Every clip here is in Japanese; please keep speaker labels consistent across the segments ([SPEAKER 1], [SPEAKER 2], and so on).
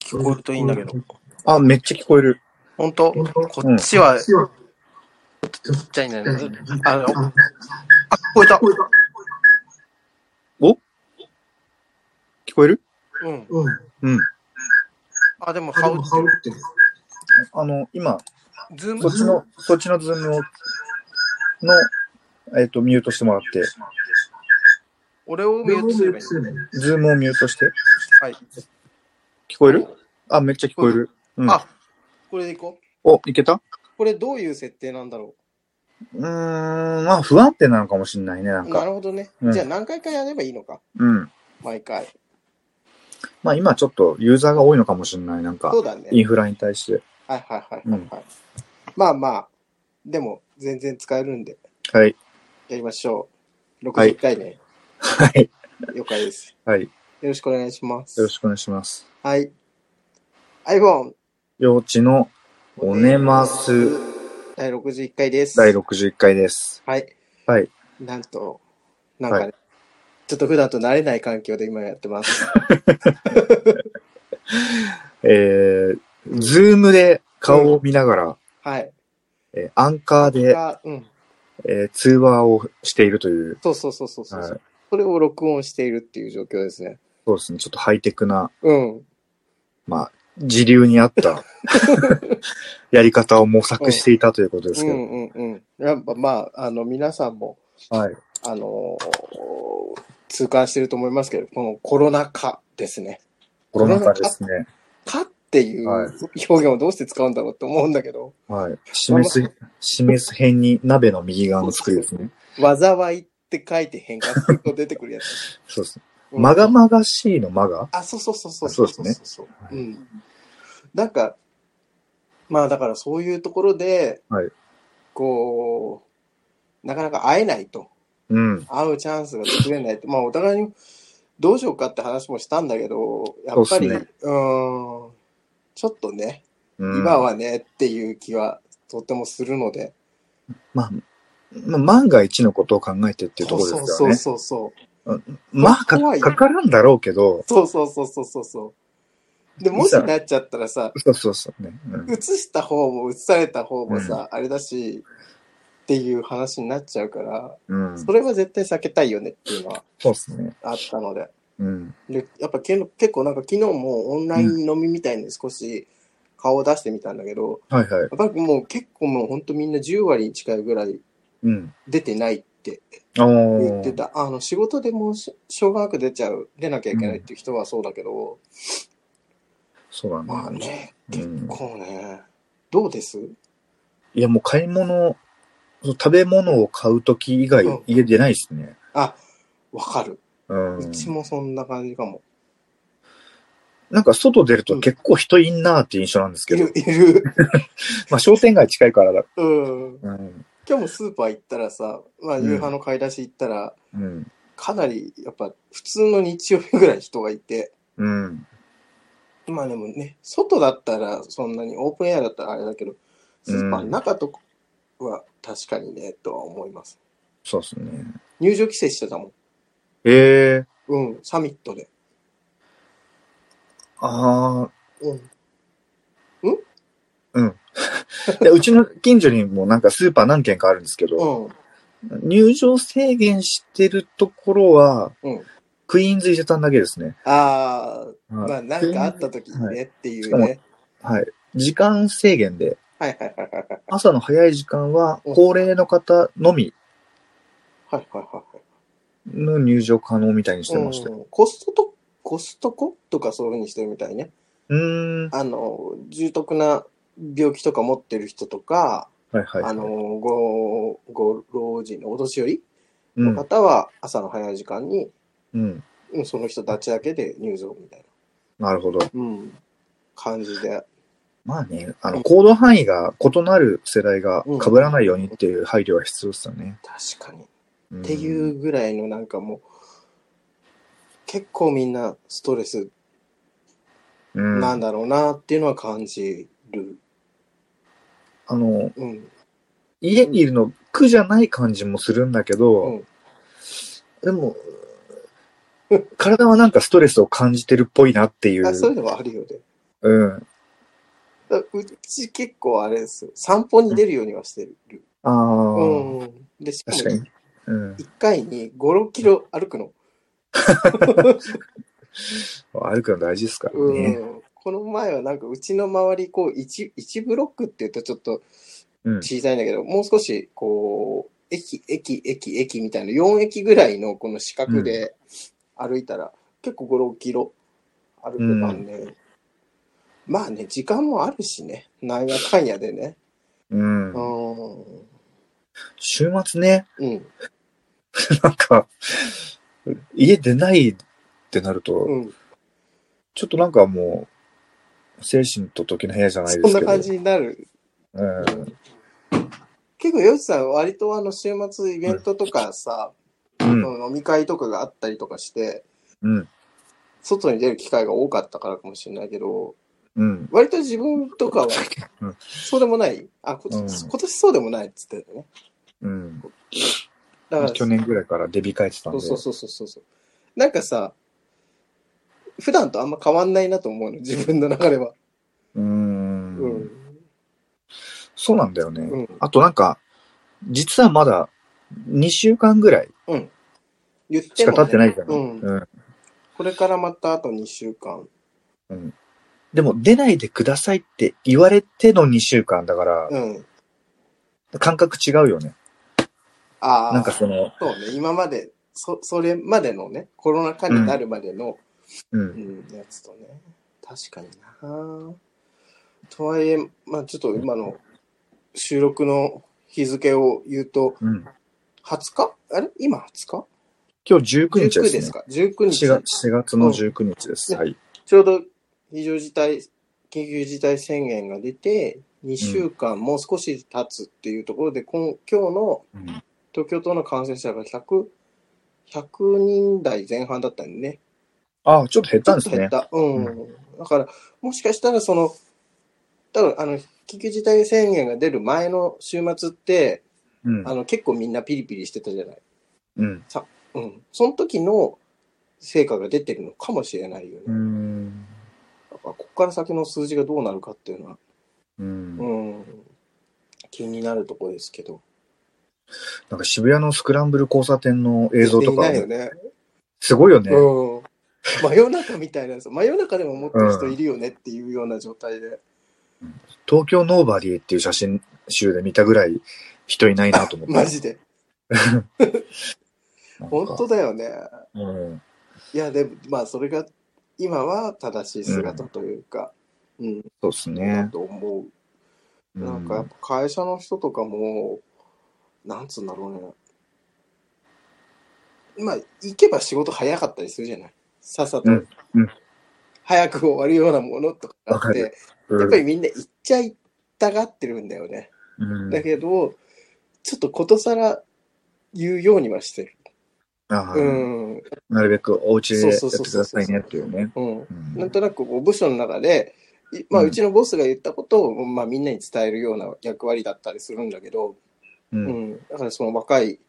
[SPEAKER 1] 聞こえるといいんだけど。
[SPEAKER 2] あ、めっちゃ聞こえる。
[SPEAKER 1] ほんとこっちは、ちっちゃいんだよね。あの、あ、聞こえた。
[SPEAKER 2] 聞こえる
[SPEAKER 1] うん。
[SPEAKER 2] うん。
[SPEAKER 1] あ、でも、ハウってる。
[SPEAKER 2] あの、今、
[SPEAKER 1] ズーム
[SPEAKER 2] そっちの、そっちのズームをの、えっ、と、ミュートしてもらって、
[SPEAKER 1] 俺をミュートすればいい。
[SPEAKER 2] ズームをミュートして。
[SPEAKER 1] はい。
[SPEAKER 2] 聞こえるあ、めっちゃ聞こえる。うん
[SPEAKER 1] あ、これでいこう。
[SPEAKER 2] お、いけた
[SPEAKER 1] これどういう設定なんだろ
[SPEAKER 2] うーん、まあ、不安定なのかもしんないね、な
[SPEAKER 1] うんな
[SPEAKER 2] か。
[SPEAKER 1] るほどね
[SPEAKER 2] う。ん
[SPEAKER 1] じゃあ何回かやればいいのか。
[SPEAKER 2] うん。
[SPEAKER 1] 毎回。
[SPEAKER 2] まあ、今ちょっとユーザーが多いのかもしんない、なんか
[SPEAKER 1] そ、うだね。
[SPEAKER 2] インフラに対して。
[SPEAKER 1] はいはいはいはいはい。まあまあ、でも全然使えるんで、
[SPEAKER 2] はい。
[SPEAKER 1] やりましょう。
[SPEAKER 2] はい
[SPEAKER 1] 60回ね。
[SPEAKER 2] はい。
[SPEAKER 1] 了解です。
[SPEAKER 2] はい。よ
[SPEAKER 1] よろしくお願いします
[SPEAKER 2] ろ。しくお願いします。
[SPEAKER 1] はい。iPhone
[SPEAKER 2] 幼稚のおねます
[SPEAKER 1] 第61回です。
[SPEAKER 2] 第61回です。
[SPEAKER 1] はい。
[SPEAKER 2] はい。
[SPEAKER 1] なんと、なんかね、
[SPEAKER 2] は
[SPEAKER 1] ちょっと普段と慣れない環境で今やって ます。
[SPEAKER 2] えー、ズームで顔を見ながら、
[SPEAKER 1] はい。
[SPEAKER 2] えーアンカーで、
[SPEAKER 1] がうん。
[SPEAKER 2] えー通話をしているという、
[SPEAKER 1] そうそうそうそうそう、
[SPEAKER 2] はい、
[SPEAKER 1] それを録音しているっていう状況ですね。
[SPEAKER 2] そうですね、ちょっとハイテクな、
[SPEAKER 1] うん。
[SPEAKER 2] まあ、時流に合った やり方を模索していたということです
[SPEAKER 1] う
[SPEAKER 2] けど、
[SPEAKER 1] んうんうん。やっぱまあ、あの、皆さんも、
[SPEAKER 2] はい。
[SPEAKER 1] あのー痛感してると思いますけど、このコロナ禍ですね。
[SPEAKER 2] コロナ禍ですね。
[SPEAKER 1] 禍っていう
[SPEAKER 2] はい
[SPEAKER 1] 表現をどうして使うんだろうと思うんだけど、
[SPEAKER 2] はい。示す、示す辺に鍋の右側の作りですね。
[SPEAKER 1] 災いって書いて変換すると出てくるや つ。
[SPEAKER 2] そうですね。
[SPEAKER 1] うん
[SPEAKER 2] まがまがしいのまが
[SPEAKER 1] あ、そうそうそうそう。
[SPEAKER 2] あそうですね
[SPEAKER 1] そうそううん。なんか、まあだからそういうところで、
[SPEAKER 2] はい
[SPEAKER 1] こう、なかなか会えないと。
[SPEAKER 2] うん。
[SPEAKER 1] 会うチャンスが作れないって、まあお互いにどうしようかって話もしたんだけど、やっぱり、
[SPEAKER 2] そ
[SPEAKER 1] う,、
[SPEAKER 2] うっすね
[SPEAKER 1] ーん、ちょっとね、
[SPEAKER 2] うん
[SPEAKER 1] 今はねっていう気はとてもするので、
[SPEAKER 2] まあ、まあ、万が一のことを考えてっていうところですからね。
[SPEAKER 1] そうそうそう
[SPEAKER 2] まあか、
[SPEAKER 1] 怖い
[SPEAKER 2] かからんだろうけど、
[SPEAKER 1] そう、そうそうそうそうそう。で、もしなっちゃったらさ、
[SPEAKER 2] そうそうそうね。うん
[SPEAKER 1] 映した方も映された方もさ、あれだし、っていう話になっちゃうから、
[SPEAKER 2] うん。
[SPEAKER 1] それは絶対避けたいよねっていうのは
[SPEAKER 2] そうですね。
[SPEAKER 1] あったので。
[SPEAKER 2] うん。
[SPEAKER 1] でやっぱけん結構なんか昨日もオンライン飲みみたいに少し顔を出してみたんだけど、
[SPEAKER 2] はいはい。
[SPEAKER 1] やっぱりもう結構もうほんとみんな10割に近いぐらい
[SPEAKER 2] うん。
[SPEAKER 1] 出てないって
[SPEAKER 2] あ
[SPEAKER 1] 言って
[SPEAKER 2] ー
[SPEAKER 1] た。あの仕事でもうし小学出ちゃう、出なきゃいけないっていう人はそうだけど、
[SPEAKER 2] そう
[SPEAKER 1] まあ
[SPEAKER 2] だね。
[SPEAKER 1] ね、
[SPEAKER 2] う
[SPEAKER 1] 結
[SPEAKER 2] ん、
[SPEAKER 1] 構ね、どうです
[SPEAKER 2] いや、もう買い物、食べ物を買うとき以外
[SPEAKER 1] うん、
[SPEAKER 2] 家出ないですね。
[SPEAKER 1] あ、わかる。
[SPEAKER 2] うん。
[SPEAKER 1] うちもそんな感じかも。
[SPEAKER 2] なんか外出ると結構人いんなーって印象なんです
[SPEAKER 1] い
[SPEAKER 2] け
[SPEAKER 1] る、
[SPEAKER 2] ど、
[SPEAKER 1] いる。
[SPEAKER 2] まあ商店街近いからだ。
[SPEAKER 1] うん。
[SPEAKER 2] うん。
[SPEAKER 1] 今日もスーパー行ったらさ、まあ夕飯の買い出し行ったら、
[SPEAKER 2] うん。
[SPEAKER 1] かなりやっぱ普通の日曜日ぐらい人がいて、
[SPEAKER 2] うん。
[SPEAKER 1] まあでもね、外だったらそんなに、オープンエアだったらあれだけど、スーパーの中とかは確かにね、とは思います。
[SPEAKER 2] そうですね。
[SPEAKER 1] 入場規制してたもん。
[SPEAKER 2] ええー。
[SPEAKER 1] うん、サミットで。
[SPEAKER 2] ああ。
[SPEAKER 1] うん。
[SPEAKER 2] いやうちの近所にもなんかスーパー何軒かあるんですけど、
[SPEAKER 1] うん。
[SPEAKER 2] 入場制限してるところは、
[SPEAKER 1] うん
[SPEAKER 2] クイーンズ伊勢丹だけですね。
[SPEAKER 1] ああ、
[SPEAKER 2] はい
[SPEAKER 1] まあなんかあった時にねっていう
[SPEAKER 2] はい
[SPEAKER 1] ね。
[SPEAKER 2] はい。時間制限で、
[SPEAKER 1] はいはいはいはいはい。
[SPEAKER 2] 朝の早い時間は、
[SPEAKER 1] うん
[SPEAKER 2] 高齢の方のみ
[SPEAKER 1] はいはいはいはい。
[SPEAKER 2] の入場可能みたいにしてましたよ。
[SPEAKER 1] うんコストと、コストコとかそういうふうにしてるみたいね。
[SPEAKER 2] うーん。
[SPEAKER 1] あの、重篤な病気とか持ってる人とか、
[SPEAKER 2] はいはい。
[SPEAKER 1] あの、ご、ご老人のお年寄り
[SPEAKER 2] う
[SPEAKER 1] の
[SPEAKER 2] ん、
[SPEAKER 1] 方は朝の早い時間に、
[SPEAKER 2] うん。
[SPEAKER 1] うん、その人たちだけで入場みたい
[SPEAKER 2] なるほど。
[SPEAKER 1] な、うん、感じで。
[SPEAKER 2] まあね、あの、行動範囲が異なる世代が
[SPEAKER 1] うん
[SPEAKER 2] 被らないようにっていう配慮は必要ですよね。
[SPEAKER 1] 確かに。っ
[SPEAKER 2] って
[SPEAKER 1] いうぐらいのなんかもう、結構みんなストレス
[SPEAKER 2] うん、
[SPEAKER 1] なんだろうなっていうのは感じる。
[SPEAKER 2] あの、
[SPEAKER 1] うん。
[SPEAKER 2] 家にいるの苦じゃない感じもするんだけど、
[SPEAKER 1] うん
[SPEAKER 2] でも、体はなんかストレスを感じてるっぽいなっていう。
[SPEAKER 1] あそういうのはあるよね。
[SPEAKER 2] うん。
[SPEAKER 1] だうち結構あれですよ。散歩に出るようにはしてる。
[SPEAKER 2] ああ、
[SPEAKER 1] うん。で、しか
[SPEAKER 2] 確か
[SPEAKER 1] も
[SPEAKER 2] に。うん。
[SPEAKER 1] 1回に5、6キロ歩くの。
[SPEAKER 2] 歩くの大事ですから
[SPEAKER 1] うん。
[SPEAKER 2] ね。
[SPEAKER 1] この前はなんかうちの周り、こう1、1ブロックって言うとちょっと
[SPEAKER 2] うん。
[SPEAKER 1] 小さいんだけど、もう少しこう、駅、駅、駅、駅みたいな、4駅ぐらいのこの四角で歩いたら、結構5、6キロ歩けたんで、まあね、時間もあるしね、なんやかんやでね。
[SPEAKER 2] うん。
[SPEAKER 1] うん。
[SPEAKER 2] 週末ね、
[SPEAKER 1] うん。
[SPEAKER 2] なんか、家出ないってなると、
[SPEAKER 1] うん。
[SPEAKER 2] ちょっとなんかもう、精神と時の部屋じゃないで
[SPEAKER 1] そん
[SPEAKER 2] す
[SPEAKER 1] な
[SPEAKER 2] けど。
[SPEAKER 1] 感じになる。
[SPEAKER 2] うん。
[SPEAKER 1] 結構、ヨシさん、割とあの、週末イベントとかさ、
[SPEAKER 2] うん。
[SPEAKER 1] 飲み会とかがあったりとかして、
[SPEAKER 2] うん。
[SPEAKER 1] 外に出る機会が多かったからかもしれないけど、
[SPEAKER 2] うん。
[SPEAKER 1] 割と自分とかは
[SPEAKER 2] うん、
[SPEAKER 1] そうでもない。あ、今
[SPEAKER 2] うん
[SPEAKER 1] 年、今年そうでもないっつってたよね。
[SPEAKER 2] うん。
[SPEAKER 1] だから、
[SPEAKER 2] 去年ぐらいからデビ控えてたん
[SPEAKER 1] そ
[SPEAKER 2] で。
[SPEAKER 1] うそうそうそうそう。なんかさ、普段とあんま変わんないなと思うの、自分の中では。
[SPEAKER 2] うーん,、
[SPEAKER 1] うん。
[SPEAKER 2] そうなんだよね、
[SPEAKER 1] うん
[SPEAKER 2] あとなんか、実はまだ2週間ぐらい
[SPEAKER 1] 言っ
[SPEAKER 2] してか
[SPEAKER 1] も、
[SPEAKER 2] 経ってないじゃない。
[SPEAKER 1] うん
[SPEAKER 2] うん
[SPEAKER 1] これからまたあと2週間。
[SPEAKER 2] でも、出ないでくださいって言われての2週間だから、
[SPEAKER 1] うん。
[SPEAKER 2] 感覚違うよね。
[SPEAKER 1] ああ。
[SPEAKER 2] なんかその、
[SPEAKER 1] そうね、今まで、そ、それまでのね、コロナ禍になるまでの、
[SPEAKER 2] う。
[SPEAKER 1] うんん、やつとね、確かになとはいえ、まあちょっと今の収録の日付を言うと、
[SPEAKER 2] うん、
[SPEAKER 1] 20日あれ今20日
[SPEAKER 2] 今日19日
[SPEAKER 1] ?19
[SPEAKER 2] ですね。
[SPEAKER 1] ですか ?19 日。
[SPEAKER 2] 4月 ,4 月の19日です。
[SPEAKER 1] うん
[SPEAKER 2] はい。
[SPEAKER 1] ちょうど非常事態、緊急事態宣言が出て、2週間もう少し経つっていうところで、こん今日の
[SPEAKER 2] うん
[SPEAKER 1] 東京都の感染者が100、100人台前半だったんでね。
[SPEAKER 2] ああ、ちょっと減っ
[SPEAKER 1] ちょっ
[SPEAKER 2] たんで
[SPEAKER 1] と
[SPEAKER 2] す
[SPEAKER 1] 減っ
[SPEAKER 2] ね。
[SPEAKER 1] た。うん。だから、もしかしたらその、多分あの、緊急事態宣言が出る前の週末って、
[SPEAKER 2] うん
[SPEAKER 1] あ。の、結構みんなピリピリしてたじゃない。
[SPEAKER 2] うん。
[SPEAKER 1] うん。その時の成果が出てるのかもしれないよね。
[SPEAKER 2] うーん。
[SPEAKER 1] だからここから先の数字がどうなるかっていうのは、
[SPEAKER 2] うん
[SPEAKER 1] う。ん。気になるところですけど。
[SPEAKER 2] なんか渋谷のスクランブル交差点の映像とか
[SPEAKER 1] 気にな、るよね。
[SPEAKER 2] すごいよね。
[SPEAKER 1] うん。真夜中みたいなやつ。真夜中でも持ってる人いるよねっていうような状態で。
[SPEAKER 2] 東京ノーバディっていう写真集で見たぐらい人いないなと思 って。
[SPEAKER 1] マジで。
[SPEAKER 2] なんか
[SPEAKER 1] 本当だよね。
[SPEAKER 2] うん。
[SPEAKER 1] いや、でも、まあ、それが、今は正しい姿というか、うん、
[SPEAKER 2] そうです
[SPEAKER 1] だ
[SPEAKER 2] ね。
[SPEAKER 1] と思う。
[SPEAKER 2] う
[SPEAKER 1] なんか、やっぱ会社の人とかも、なんつうんだろうね。まあ、行けば仕事早かったりするじゃない。さっさと、
[SPEAKER 2] うんうん
[SPEAKER 1] 早く終わるようなものとかあ
[SPEAKER 2] わ
[SPEAKER 1] っ
[SPEAKER 2] か
[SPEAKER 1] て、
[SPEAKER 2] うん
[SPEAKER 1] やっぱりみんな行っちゃいたがってるんだよね。
[SPEAKER 2] うん
[SPEAKER 1] だけど、ちょっとことさら言うようにはしてる。
[SPEAKER 2] ああ
[SPEAKER 1] うん。うん。
[SPEAKER 2] なるべくお家でやって
[SPEAKER 1] そうそうそう
[SPEAKER 2] く
[SPEAKER 1] そうそう
[SPEAKER 2] ださいねっていうね。うん
[SPEAKER 1] なんとなくこう部署の中で、いまあ、
[SPEAKER 2] うん
[SPEAKER 1] うちのボスが言ったことを、まあ、みんなに伝えるような役割だったりするんだけど、
[SPEAKER 2] う
[SPEAKER 1] うんんだからその若い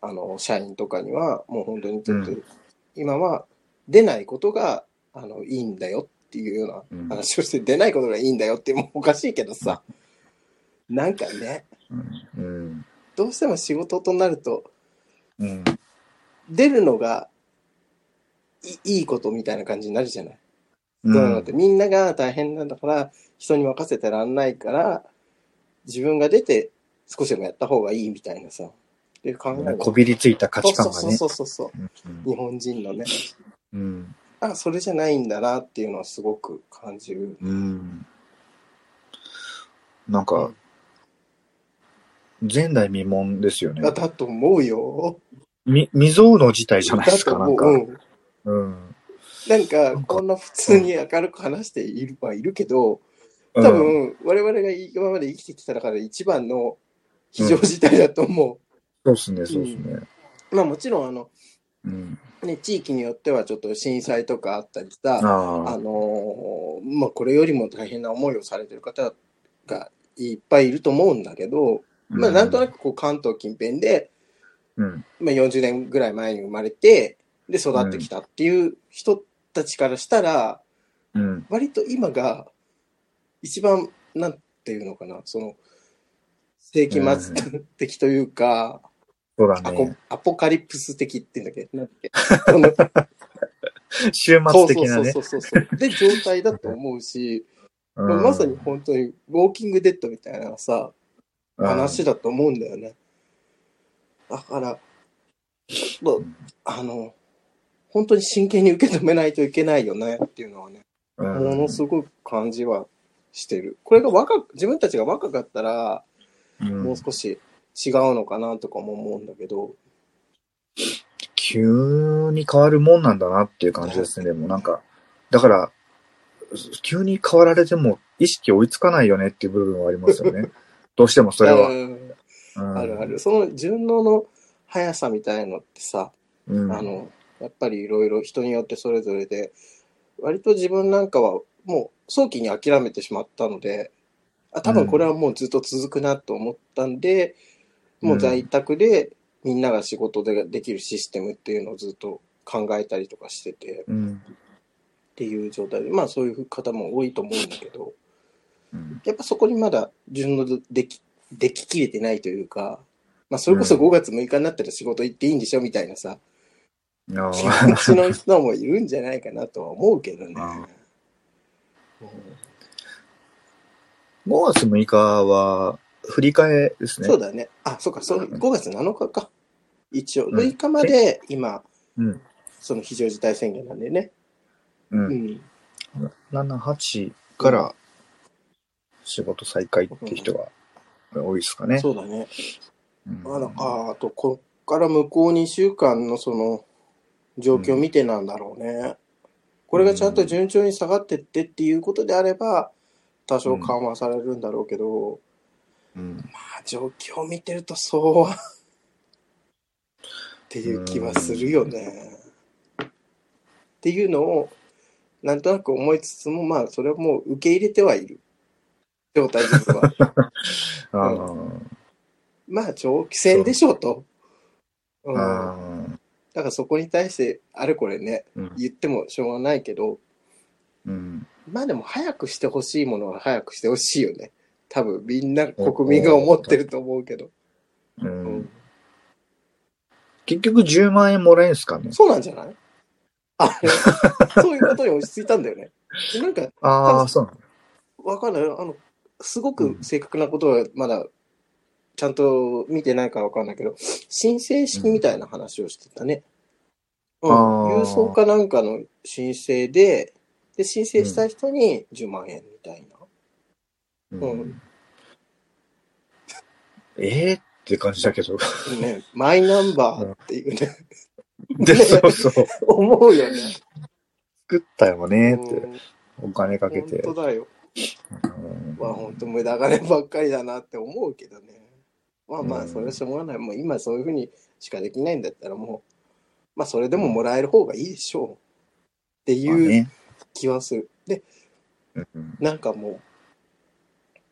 [SPEAKER 1] あの社員とかにはもう本当にちょっと
[SPEAKER 2] う
[SPEAKER 1] 今は出ないことがあのいいんだよっていうよう
[SPEAKER 2] うん
[SPEAKER 1] な話をして出ないことがいいんだよってもうおかしいけどさなんかね
[SPEAKER 2] うん
[SPEAKER 1] どうしても仕事となると
[SPEAKER 2] うん
[SPEAKER 1] 出るのがいいいことみたいな感じになるじゃない。
[SPEAKER 2] う
[SPEAKER 1] そういうのっ
[SPEAKER 2] ん
[SPEAKER 1] て、みんなが大変なんだから、人に任せてらんないから、自分が出て少しでもやった方がいいみたいなさ、っていう考えが。
[SPEAKER 2] こびりついた価値観が
[SPEAKER 1] そう
[SPEAKER 2] ね。
[SPEAKER 1] そうそうそうそう、日本人のね。
[SPEAKER 2] うん
[SPEAKER 1] あ、それじゃないんだなっていうのはすごく感じる。
[SPEAKER 2] うんなんか、前代未聞ですよね
[SPEAKER 1] だ。だと思うよ。
[SPEAKER 2] み未曾有の事態じゃないで
[SPEAKER 1] だ
[SPEAKER 2] す
[SPEAKER 1] と
[SPEAKER 2] か、な
[SPEAKER 1] 思
[SPEAKER 2] ん
[SPEAKER 1] う。
[SPEAKER 2] か。
[SPEAKER 1] うん
[SPEAKER 2] うん。
[SPEAKER 1] なんか、
[SPEAKER 2] んか
[SPEAKER 1] こんな普通に明るく話しているはいるけど、
[SPEAKER 2] うん
[SPEAKER 1] 多分、我々が今まで生きてきた中で一番の非常事態だと思
[SPEAKER 2] そうですね、そうですね。
[SPEAKER 1] う。まあもちろん、あの、
[SPEAKER 2] うん。
[SPEAKER 1] ね、地域によってはちょっと震災とかあったりさ、あ
[SPEAKER 2] ああ。
[SPEAKER 1] のーまあ、これよりも大変な思いをされてる方がいっぱいいると思うんだけど、まあ、なんとな
[SPEAKER 2] く。
[SPEAKER 1] くこう関東近辺で、
[SPEAKER 2] うん。
[SPEAKER 1] まあ、40年ぐらい前に生まれて、で、育ってきたっていう人たちからしたら、
[SPEAKER 2] うん。
[SPEAKER 1] 割と今が一番なんていうのかなその世紀末的というか、
[SPEAKER 2] そうだ
[SPEAKER 1] アコ
[SPEAKER 2] ね。
[SPEAKER 1] アポカリプス的っていうんだっけなんだっ けその
[SPEAKER 2] 週末的なね
[SPEAKER 1] そ。うそうそうそうそうで状態だと思うし、まあ
[SPEAKER 2] うん
[SPEAKER 1] まさに本当にウォーキングデッドみたいなさ話だと思うんだよね。だから、ちょっと
[SPEAKER 2] ん
[SPEAKER 1] あの本当に真剣に受け止めないといけないよねっていうのはね
[SPEAKER 2] うん
[SPEAKER 1] ものすごく感じはしてる。これが若く自分たちが若かったら、
[SPEAKER 2] うん
[SPEAKER 1] もう少し違うのかなとかも思うんだけど、
[SPEAKER 2] 急に変わるもんなんだなっていう感じですね。でもなんか、だから、急に変わられても意識追いつかないよねっていう部分はありますよね。 どうしてもそれは。
[SPEAKER 1] うん
[SPEAKER 2] うん
[SPEAKER 1] あるある。。その順応の速さみたいのってさ、
[SPEAKER 2] うん
[SPEAKER 1] あのやっぱりいろいろ人によってそれぞれで、割と自分なんかはもう早期に諦めてしまったので、あ多分これはもうずっと続くなと思ったんで、もう在宅でみんなが仕事でできるシステムっていうのをずっと考えたりとかしてて、
[SPEAKER 2] うん。
[SPEAKER 1] っていう状態で、まあそういう方も多いと思うんだけど、
[SPEAKER 2] うん
[SPEAKER 1] やっぱそこにまだ順応でき、でききれてないというか、まあそれこそ
[SPEAKER 2] うん
[SPEAKER 1] 5月6日になったら仕事行っていいんでしょみたいなさ、
[SPEAKER 2] あ
[SPEAKER 1] 気
[SPEAKER 2] ー
[SPEAKER 1] 持ちの人もいるんじゃないかなとは思うけどね。
[SPEAKER 2] あ5月6日は、振り替えですね。
[SPEAKER 1] そう
[SPEAKER 2] だ。
[SPEAKER 1] だね。あ、そうか、そう
[SPEAKER 2] うん
[SPEAKER 1] 5月7日か。一応、
[SPEAKER 2] うん
[SPEAKER 1] 6日まで今、
[SPEAKER 2] うん。
[SPEAKER 1] その非常事態宣言なんでね。
[SPEAKER 2] う。
[SPEAKER 1] うんん。
[SPEAKER 2] 7、8から仕事再開っていう人が多いですかね。
[SPEAKER 1] そうだね。
[SPEAKER 2] うん
[SPEAKER 1] まあ、なんかあと、こっから向こう2週間のその状況を見てなんだろうね。これがちゃんと順調に下がってってっていうことであれば、多少緩和されるんだろうけど、
[SPEAKER 2] うん。
[SPEAKER 1] まあ、状況を見てるとそうは っていう気はするよね。っていうのを、なんとなく思いつつも、まあ、それはもう受け入れてはいる。状態自体 は。
[SPEAKER 2] あー
[SPEAKER 1] まあ、長期戦でしょうと。うん
[SPEAKER 2] あ
[SPEAKER 1] だからそこに対してあれこれね
[SPEAKER 2] ー。うん
[SPEAKER 1] 言ってもしょうがないけど
[SPEAKER 2] うん。
[SPEAKER 1] まあでも早くしてほしいものは早くしてほしいよね多分みんな国民が思ってると思うけど、
[SPEAKER 2] う
[SPEAKER 1] うんん、
[SPEAKER 2] 結局10万円もらえんすかね
[SPEAKER 1] そうなんじゃないあ れそういうことに落ち着いたんだよねなんか
[SPEAKER 2] ああ、そうなの
[SPEAKER 1] わかんないあのすごく正確なことはまだちゃんと見てないからわかんないけど申請式みたいな話をしてたね、うん
[SPEAKER 2] あー
[SPEAKER 1] 郵送かなんかの申請でで申請した人に10万円みたいな、うん
[SPEAKER 2] うんええって感じだけど。
[SPEAKER 1] ね、マイナンバーっていうね、
[SPEAKER 2] で、そうそう。
[SPEAKER 1] 思うよね。
[SPEAKER 2] 作ったよねーって。
[SPEAKER 1] うん
[SPEAKER 2] お金かけ
[SPEAKER 1] 本
[SPEAKER 2] て。
[SPEAKER 1] 当だよ。
[SPEAKER 2] うん
[SPEAKER 1] まあ本当無駄金ばっかりだなって思うけどね。まあま
[SPEAKER 2] う
[SPEAKER 1] あ、
[SPEAKER 2] ん
[SPEAKER 1] それはしょうがない。もう今そういうふうにしかできないんだったらもう、まあそれでももらえる方がいいでしょう。って
[SPEAKER 2] まあ
[SPEAKER 1] いう
[SPEAKER 2] ね
[SPEAKER 1] 気はする。で、
[SPEAKER 2] うん
[SPEAKER 1] なんかもう、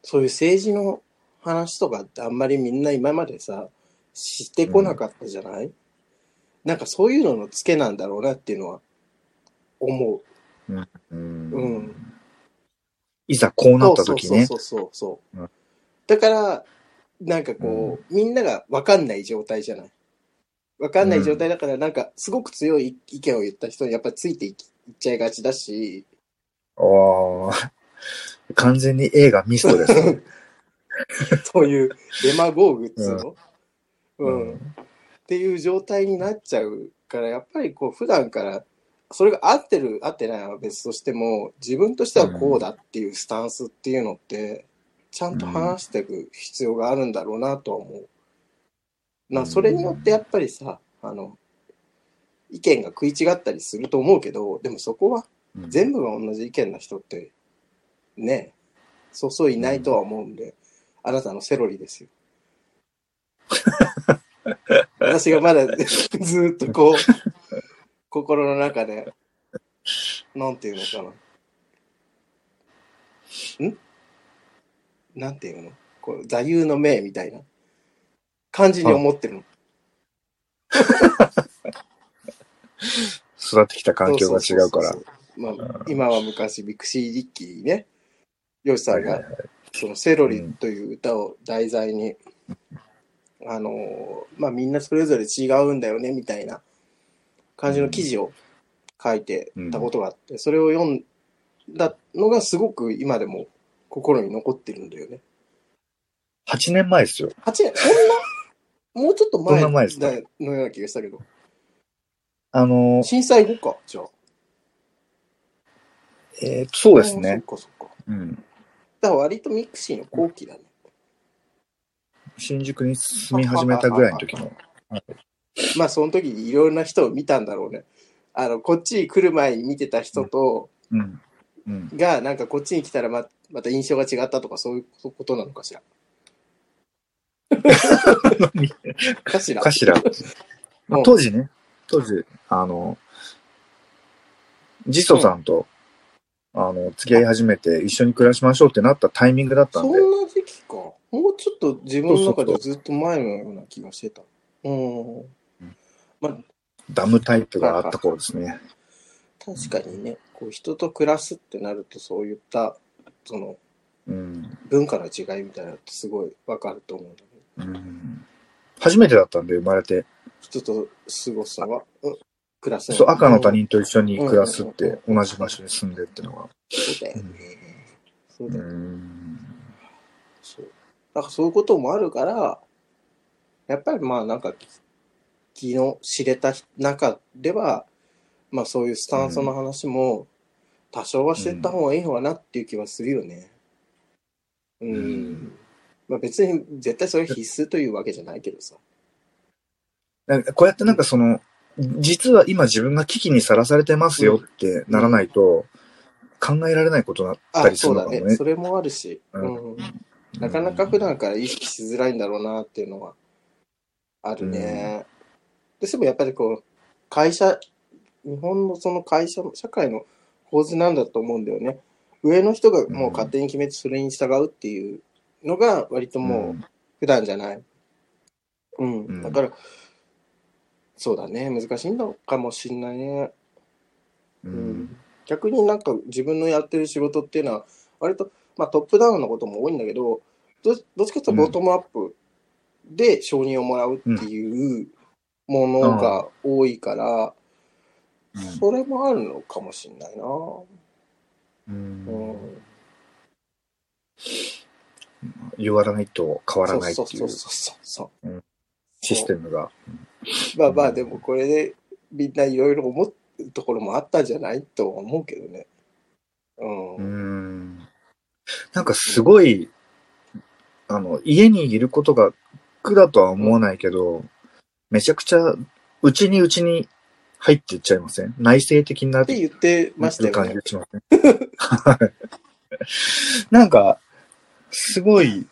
[SPEAKER 1] そういう政治の話とかってあんまりみんな今までさ、してこなかったじゃない、なんかそういうののツケなんだろうなっていうのは思う。
[SPEAKER 2] うん
[SPEAKER 1] うん
[SPEAKER 2] いざこうなった時ね。
[SPEAKER 1] そうそうそうそうそう、
[SPEAKER 2] うん
[SPEAKER 1] だから、なんかこう、みんなが分かんない状態じゃない。分かんない状態だから、なんか、すごく強い意見を言った人にやっぱりついていきいっちゃいがちだし、
[SPEAKER 2] ああ。完全に映画ミストですね。
[SPEAKER 1] そういうデマゴーグっつうの、 う
[SPEAKER 2] うん
[SPEAKER 1] っていう状態になっちゃうから、やっぱりこう、普段から、それが合ってる、合ってないは別としても、自分としてはこうだっていうスタンスっていうのって、ちゃんと話していく必要があるんだろうなとは思う。な、それによってやっぱりさ、あの、意見が食い違ったりすると思うけど、でもそこは
[SPEAKER 2] ん
[SPEAKER 1] 全部が同じ意見な人って、ね、そうそういないとは思うんで、あなたのセロリですよ。私がまだ ずーっとこう、心の中で、なんていうのかな。んなんていうのこう座右の銘みたいな感じに思ってるの。
[SPEAKER 2] 育ってきた環境が違うから
[SPEAKER 1] そ。うそうそうまあ、今は昔、ミクシーリッキーね、ヨシさん
[SPEAKER 2] はい
[SPEAKER 1] が
[SPEAKER 2] は、
[SPEAKER 1] そのセロリという歌を題材に、あの、まあみんなそれぞれ違うんだよね、みたいな感じの記事を書いてたことがあって、それを読んだのがすごく今でも心に残ってるんだよね。
[SPEAKER 2] 8年前ですよ。
[SPEAKER 1] 8年、そんな、もうちょっと前
[SPEAKER 2] そんな前ですか
[SPEAKER 1] だのような気がしたけど、
[SPEAKER 2] あの、
[SPEAKER 1] 震災後か、じゃあ。
[SPEAKER 2] えーそうですね。
[SPEAKER 1] あーそっかそっか。
[SPEAKER 2] うん。
[SPEAKER 1] だから割とミクシーの後期だね。
[SPEAKER 2] 新宿に住み始めたぐらいの時の。
[SPEAKER 1] まあその時にいろんな人を見たんだろうね。あの、こっちに来る前に見てた人と、
[SPEAKER 2] うん。うん。
[SPEAKER 1] が、なんかこっちに来たらままた印象が違ったとかそういうことなのかし ら。かしら。
[SPEAKER 2] かしら。まあ当時ね、当時、あの、ジソさんと、あの、付き合い始めて一緒に暮らしましょうってなったタイミングだった
[SPEAKER 1] そ
[SPEAKER 2] ん
[SPEAKER 1] ん
[SPEAKER 2] で、
[SPEAKER 1] な時期か。もうちょっと自分の中でずっと前のような気がしてた。うん。
[SPEAKER 2] ダムタイプがあった頃ですね。
[SPEAKER 1] 確かにね、こう人と暮らすってなるとそういった、その
[SPEAKER 2] うん。
[SPEAKER 1] 文化の違いみたいなのってすごいわかると思うんだけど。
[SPEAKER 2] うん初めてだったんで、生まれて。
[SPEAKER 1] 人と過ごすのは、うん、暮らす
[SPEAKER 2] そう、赤の他
[SPEAKER 1] 人
[SPEAKER 2] 人と一緒に暮らすって、同じ場所に住んでってのが。
[SPEAKER 1] だよね。そう
[SPEAKER 2] う
[SPEAKER 1] だよね
[SPEAKER 2] ん。
[SPEAKER 1] そう。だからそういうこともあるから、やっぱりまあなんか、昨日知れた中では、まあそういうスタンスの話も多少はしてった方がいいのかなっていう気はするよね。うん。
[SPEAKER 2] うん
[SPEAKER 1] まあ別に絶対それ必須というわけじゃないけどさ。
[SPEAKER 2] なんかこうやってなんかその、実は今自分が危機にさらされてますよってならないと、考えられないことだった
[SPEAKER 1] あ、
[SPEAKER 2] りす
[SPEAKER 1] そ
[SPEAKER 2] る
[SPEAKER 1] う
[SPEAKER 2] の
[SPEAKER 1] だ
[SPEAKER 2] かもね。
[SPEAKER 1] ね。それもあるし、
[SPEAKER 2] うん
[SPEAKER 1] うん。なかなか普段から意識しづらいんだろうなっていうのはあるね。ですもやっぱりこう、会社、日本のその会社、社会の構図なんだと思うんだよね。上の人がもう勝手に決めてそれに従うっていうのが割ともう普段じゃない。うん。
[SPEAKER 2] うん
[SPEAKER 1] だから、そうだね。難しいのかもしんないね。
[SPEAKER 2] う、
[SPEAKER 1] うんん逆になんか自分のやってる仕事っていうのは割と、まあ、トップダウンのことも多いんだけどどどっちかというとボトムアップで承認をもらうっていうものが多いから、
[SPEAKER 2] うん
[SPEAKER 1] それもあるのかもしれないな、うん
[SPEAKER 2] 言わないと変わらない
[SPEAKER 1] そう
[SPEAKER 2] ってい
[SPEAKER 1] そううそうそうそう
[SPEAKER 2] システムが。
[SPEAKER 1] まあまあでもこれでみんないろいろ思うところもあったんじゃないとは思うけどねうん、
[SPEAKER 2] うーんなんかすごい、あの、家にいることが苦だとは思わないけど、めちゃくちゃ、うちにうちに入っていっちゃいません内省的になっ
[SPEAKER 1] って
[SPEAKER 2] て
[SPEAKER 1] 言ってました
[SPEAKER 2] る
[SPEAKER 1] よ
[SPEAKER 2] 感じ
[SPEAKER 1] ね
[SPEAKER 2] がしませんはいなんか、すごい、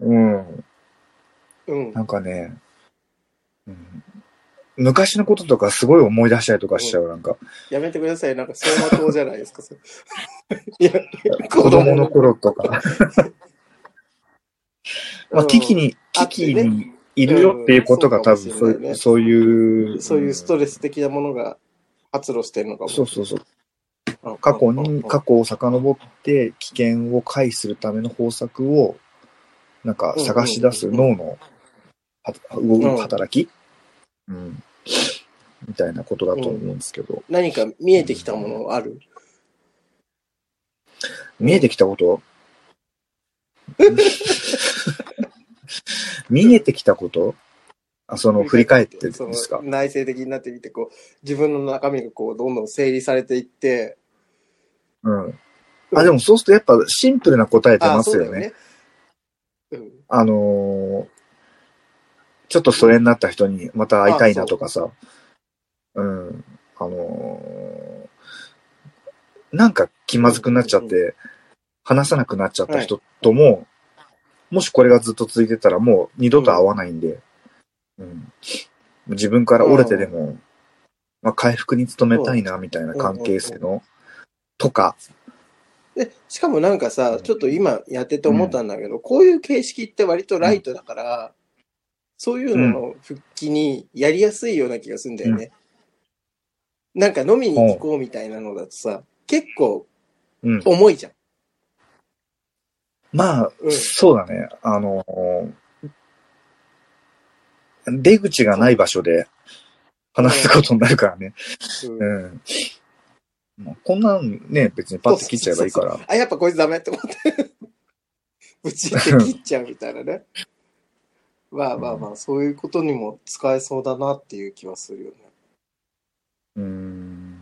[SPEAKER 2] うん、
[SPEAKER 1] うん
[SPEAKER 2] なんかね、うん、昔のこととかすごい思い出したりとかしちゃう、なんか。
[SPEAKER 1] やめてくださいなんか相馬灯じゃないです かそれいや
[SPEAKER 2] 子供の頃とか。 まあ、危機に、
[SPEAKER 1] あ
[SPEAKER 2] 危
[SPEAKER 1] って
[SPEAKER 2] 機
[SPEAKER 1] ね
[SPEAKER 2] にいるよっていうことが多分、
[SPEAKER 1] うん
[SPEAKER 2] そ
[SPEAKER 1] そううかもしれない
[SPEAKER 2] いう、
[SPEAKER 1] ね
[SPEAKER 2] そういう、
[SPEAKER 1] そういうストレス的なものが発露してるのかも。
[SPEAKER 2] そうそうそう。
[SPEAKER 1] うん
[SPEAKER 2] 過去
[SPEAKER 1] うん
[SPEAKER 2] に、過去を遡って危険を回避するための方策を、なんか探し出す脳のは動く働き、うん、みたいなことだと思うんですけど、
[SPEAKER 1] 何か見えてきたものある
[SPEAKER 2] 見えてきたこと 見えてきたことあ、その振り返って
[SPEAKER 1] その
[SPEAKER 2] ですか
[SPEAKER 1] 内省的になってみて、こう、自分の中身がこう、どんどん整理されていって、
[SPEAKER 2] うん。あ、でもそうするとやっぱシンプルな答え出ますよね。あ
[SPEAKER 1] そうだよね。
[SPEAKER 2] のーちょっと疎遠になった人にまた会いたいなとかさ。うん。あのーなんか気まずくなっちゃっ
[SPEAKER 1] うん
[SPEAKER 2] て、話さなくなっちゃった人とも、もしこれがずっと続いてたらもう二度と会わないんで、うん。自分から折れてでも、まあ、回復に努めたいなみたいな関係性の、とか、
[SPEAKER 1] うん。で、しかもなんかさ、ちょっと今やってて思ったんだけど、こういう形式って割とライトだから、そういうのの復帰にやりやすいような気がするんだよね。なんか飲みに行こうみたいなのだとさ、結構
[SPEAKER 2] うん。
[SPEAKER 1] 重いじゃん。
[SPEAKER 2] まあ、
[SPEAKER 1] うん
[SPEAKER 2] そうだね。あのー出口がない場所で話すことになるからね。
[SPEAKER 1] うん
[SPEAKER 2] うん。まあ、こんなんね、別にパッと切っちゃえばいいか
[SPEAKER 1] そ
[SPEAKER 2] ら。
[SPEAKER 1] うそうそうそうあ、やっぱこいつダメって思って。 ぶちって切っちゃうみたいな ね。まあまあまあ、そういうことにも使えそうだなっていう気はするよね。
[SPEAKER 2] うん。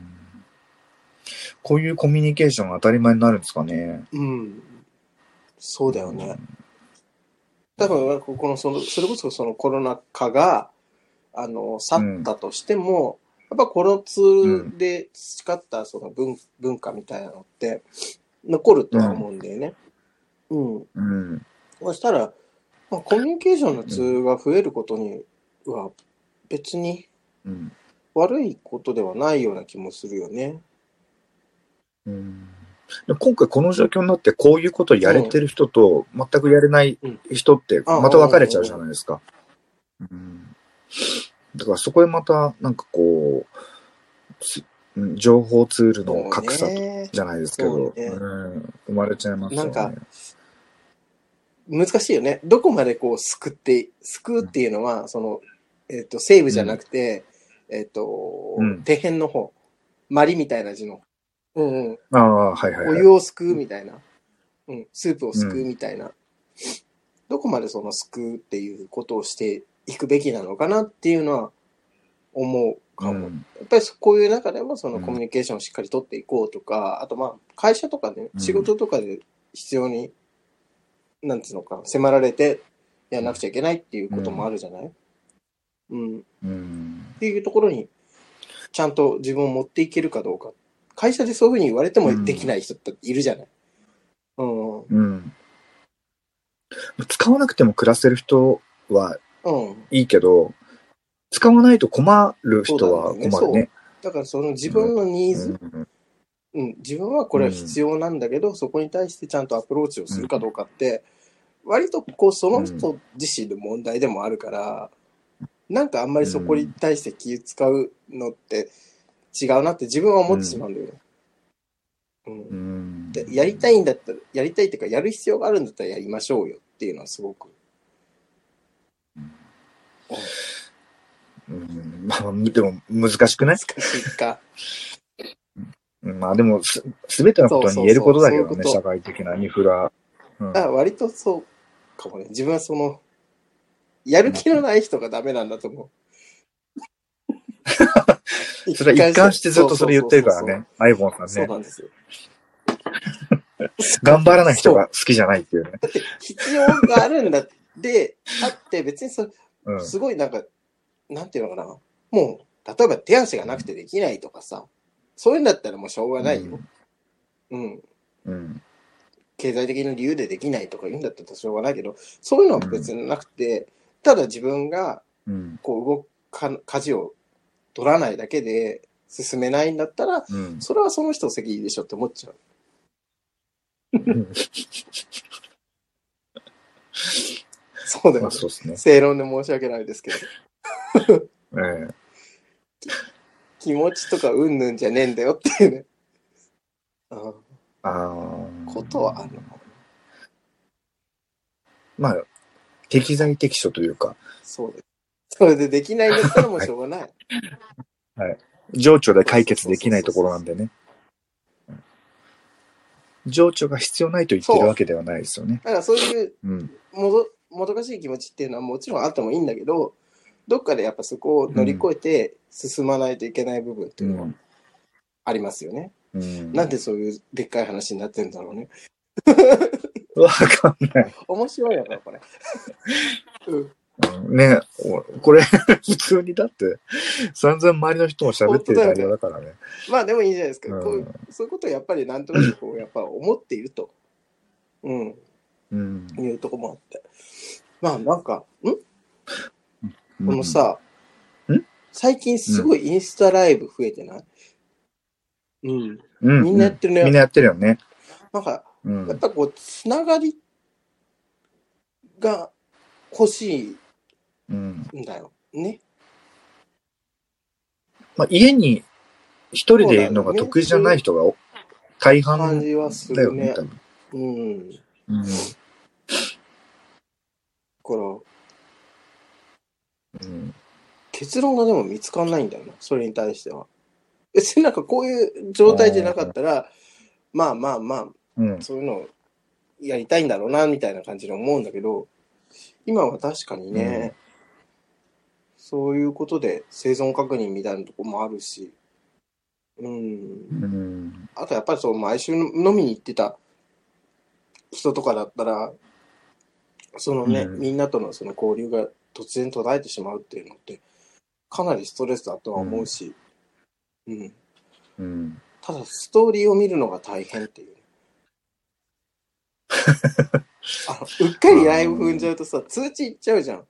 [SPEAKER 2] こういうコミュニケーションが当たり前になるんですかね。
[SPEAKER 1] うん。そうだよね。多分、この、その、それこそそのコロナ禍が、あの、去ったとしても、やっぱこのツールで培ったその文,、文化みたいなのって、残るとは思うんだよね。うん。
[SPEAKER 2] うん。
[SPEAKER 1] そしたら、まあ、コミュニケーションのツールが増えることには、別に
[SPEAKER 2] うん。
[SPEAKER 1] 悪いことではないような気もするよね。
[SPEAKER 2] うん、で今回この状況になってこういうことをやれてる人と全くやれない人って
[SPEAKER 1] あ
[SPEAKER 2] また分かれちゃうじゃないですか。うん、だからそこでまたなんかこうすうん情報ツールの格差
[SPEAKER 1] そうね
[SPEAKER 2] じゃないですけど、
[SPEAKER 1] そうね
[SPEAKER 2] うん、生まれちゃいますよね。
[SPEAKER 1] なん難しいよね。どこまでこう、救って、救うっていうのは、その、えっ、と、西部じゃなくて、えっ、と、
[SPEAKER 2] うん
[SPEAKER 1] 底辺の方。マリみたいな字の。うんうん。
[SPEAKER 2] ああ、はいはい
[SPEAKER 1] お
[SPEAKER 2] はい。
[SPEAKER 1] 湯をすくうみたいな、うん、スープをすくうみたいな、どこまでそのすくうっていうことをしていくべきなのかなっていうのは思うかも。
[SPEAKER 2] う
[SPEAKER 1] や
[SPEAKER 2] ん
[SPEAKER 1] っぱりそこういう中でもその
[SPEAKER 2] うん
[SPEAKER 1] コミュニケーションをしっかりとっていこうとか、あとまあ会社とかで、ね、
[SPEAKER 2] うん
[SPEAKER 1] 仕事とかで必要に、なんつうのかな、迫られてやらなくちゃいけないっていうこともあるじゃない、うん、
[SPEAKER 2] うん
[SPEAKER 1] っていうところに、ちゃんと自分を持っていけるかどうか。会社でそういうふうに言われてもできない人っているじゃない。うん。うん。
[SPEAKER 2] うん、使わなくても暮らせる人はいいけど、使わないと困る人は困
[SPEAKER 1] そうだ
[SPEAKER 2] る
[SPEAKER 1] よ
[SPEAKER 2] ね
[SPEAKER 1] ね。だからその自分のニーズ、
[SPEAKER 2] うん
[SPEAKER 1] うん、自分はこれは必要なんだけど、そこに対してちゃんとアプローチをするかどうかって、割とこう、その人自身の問題でもあるから、なんかあんまりそこに対して気使うのって違うなって自分は思ってしまうんだよね。うん
[SPEAKER 2] うん
[SPEAKER 1] でやりたいんだったら、やりたいっていうか、やる必要があるんだったらやりましょうよっていうのはすごく。
[SPEAKER 2] うんまあ、でも難しくない
[SPEAKER 1] 難しいか。
[SPEAKER 2] うんまあでもす、すべてのことに言えることだけど
[SPEAKER 1] そうそ
[SPEAKER 2] ね、
[SPEAKER 1] うそう
[SPEAKER 2] 社会的なインフラ。うん
[SPEAKER 1] あ割とそうかもね。自分はその、やる気のない人がダメなんだと思う。
[SPEAKER 2] それは一貫してずっとそれ言ってるからね。アイボン
[SPEAKER 1] そう
[SPEAKER 2] さ
[SPEAKER 1] そ
[SPEAKER 2] ん
[SPEAKER 1] うそうそう。そう
[SPEAKER 2] ね。
[SPEAKER 1] なんですよ。
[SPEAKER 2] 頑張らない人が好きじゃないっていうね。
[SPEAKER 1] だって、必要があるんだって、あって、別にそ
[SPEAKER 2] うん。
[SPEAKER 1] すごいなんか、なんていうのかな。もう、例えば手足がなくてできないとかさ、そういうんだったらもうしょうがないよ。うん
[SPEAKER 2] うん。
[SPEAKER 1] 経済的な理由でできないとか言うんだったらしょうがないけど、そういうのは別になくて、ただ自分が
[SPEAKER 2] うん。
[SPEAKER 1] こう動か、舵を取らないだけで進めないんだったら、
[SPEAKER 2] うん。
[SPEAKER 1] それはその人の責任でしょって思っちゃう。そうだ
[SPEAKER 2] ま
[SPEAKER 1] よ
[SPEAKER 2] あ、そうですね。
[SPEAKER 1] 正論で申し訳ないですけど、
[SPEAKER 2] ええ
[SPEAKER 1] 気持ちとかうんぬんじゃねえんだよっていうね。あ
[SPEAKER 2] ああ。
[SPEAKER 1] ことはあるのかも。
[SPEAKER 2] まあ、適材適所というか、
[SPEAKER 1] そうです。それでできないんだったらもうしょうがない。
[SPEAKER 2] 情緒で解決できないところなんでね。うん情緒が必要ないと言ってるわけではないですよね。
[SPEAKER 1] だからそういう
[SPEAKER 2] うん。
[SPEAKER 1] もどもどかしい気持ちっていうのはもちろんあってもいいんだけど、どっかでやっぱそこを乗り越えて進まないといけない部分っていうのはありますよね。
[SPEAKER 2] うん。
[SPEAKER 1] なんでそういうでっかい話になってるんだろうね。
[SPEAKER 2] わかんない。
[SPEAKER 1] 面白いよね、こ れ。うん、
[SPEAKER 2] ねおこれ 普通にだって散々周りの人も喋ってる内容だからね。
[SPEAKER 1] まあでもいいじゃないですか。
[SPEAKER 2] うん
[SPEAKER 1] こういうそういうことをやっぱりなんとなくこうやっぱ思っていると、うん、
[SPEAKER 2] うん。
[SPEAKER 1] いうとこもあって。まあなんか、んこ
[SPEAKER 2] こ
[SPEAKER 1] の、さ、
[SPEAKER 2] ん
[SPEAKER 1] 最近すごいインスタライブ増えてない、うん。
[SPEAKER 2] う
[SPEAKER 1] みんなやってるね
[SPEAKER 2] みんなやってるよね。
[SPEAKER 1] なんか、
[SPEAKER 2] う
[SPEAKER 1] やっ
[SPEAKER 2] ん。
[SPEAKER 1] ぱこう、つながりが欲し
[SPEAKER 2] うん。
[SPEAKER 1] いんだよね。
[SPEAKER 2] まあ、家に一人でいるのが得意じゃない人がお大半
[SPEAKER 1] 感じはす
[SPEAKER 2] だよ
[SPEAKER 1] る
[SPEAKER 2] ね、
[SPEAKER 1] ね
[SPEAKER 2] 多。分。
[SPEAKER 1] うん。だか
[SPEAKER 2] うん。
[SPEAKER 1] ら、
[SPEAKER 2] うん、
[SPEAKER 1] 結論がでも見つかんないんだよな、それに対しては。別になんかこういう状態じゃなかったら、まあまあまあ、
[SPEAKER 2] うん。
[SPEAKER 1] そういうのをやりたいんだろうな、みたいな感じで思うんだけど、今は確かにね、そういうことで生存確認みたいなとこもあるし、うん。
[SPEAKER 2] うん。
[SPEAKER 1] あとやっぱりそう、毎週飲みに行ってた人とかだったら、そのね、
[SPEAKER 2] うん
[SPEAKER 1] みんなとのその交流が突然途絶えてしまうっていうのって、かなりストレスだとは思うし、うん。
[SPEAKER 2] うん。
[SPEAKER 1] ただ、ストーリーを見るのが大変って いう。あのうっかりライブ踏んじゃうとさ、通知いっちゃうじゃん。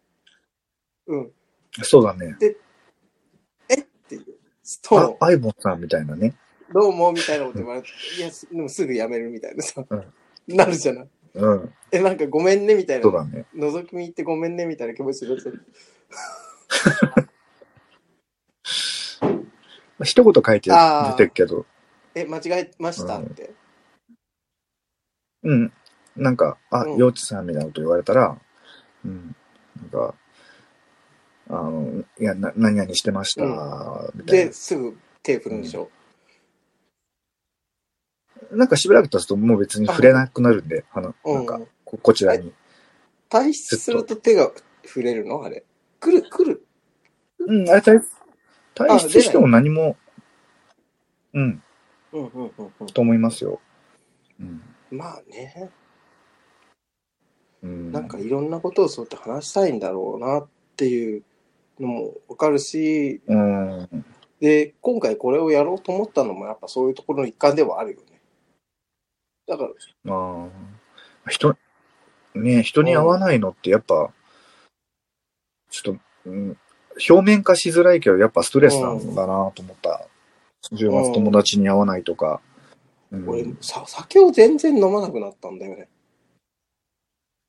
[SPEAKER 1] うん。
[SPEAKER 2] そうだね。
[SPEAKER 1] っていう。スト
[SPEAKER 2] あ
[SPEAKER 1] ーン、
[SPEAKER 2] アイボンさんみたいなね。
[SPEAKER 1] どうも、みたいなこと言われて、いや、すでもすぐやめるみたいなさ
[SPEAKER 2] うん、
[SPEAKER 1] なるじゃない。
[SPEAKER 2] うん。
[SPEAKER 1] え、なんかごめんねみたいな
[SPEAKER 2] そう。だね。
[SPEAKER 1] 覗き見行ってごめんねみたいな気持ちで。
[SPEAKER 2] 一言書いて
[SPEAKER 1] あー
[SPEAKER 2] 出てるけど、
[SPEAKER 1] え、間違えましたって。
[SPEAKER 2] うん。なんか、あ、
[SPEAKER 1] うん
[SPEAKER 2] 幼稚さんみたいなこと言われたら、うん。なんか、あの、いや、な、何々してました、みたい
[SPEAKER 1] で、
[SPEAKER 2] な。
[SPEAKER 1] すぐ手振るんでしょ。
[SPEAKER 2] なんかしばらく経つともう別に触れなくなるんで、あの、
[SPEAKER 1] う
[SPEAKER 2] なんんか、ここちらに。
[SPEAKER 1] 退出すると手が触れるのあれ。くる、くる。
[SPEAKER 2] うん、あれ退、
[SPEAKER 1] あ
[SPEAKER 2] 退
[SPEAKER 1] 出ない
[SPEAKER 2] 出しても何も、うん、
[SPEAKER 1] うんうんうんうん。
[SPEAKER 2] と思いますよ。うん。
[SPEAKER 1] まあね。
[SPEAKER 2] うん、
[SPEAKER 1] なんかいろんなことをそうやって話したいんだろうなっていうのもわかるし、
[SPEAKER 2] うん、
[SPEAKER 1] で、今回これをやろうと思ったのもやっぱそういうところの一環ではあるよね。だから、
[SPEAKER 2] まあ、人、ね、人に会わないのってやっぱ、ちょっと、うん、表面化しづらいけど、やっぱストレスなんだなと思った。週
[SPEAKER 1] うん
[SPEAKER 2] 末友達に会わないとか。うん、
[SPEAKER 1] 俺さ、酒を全然飲まなくなったんだよね。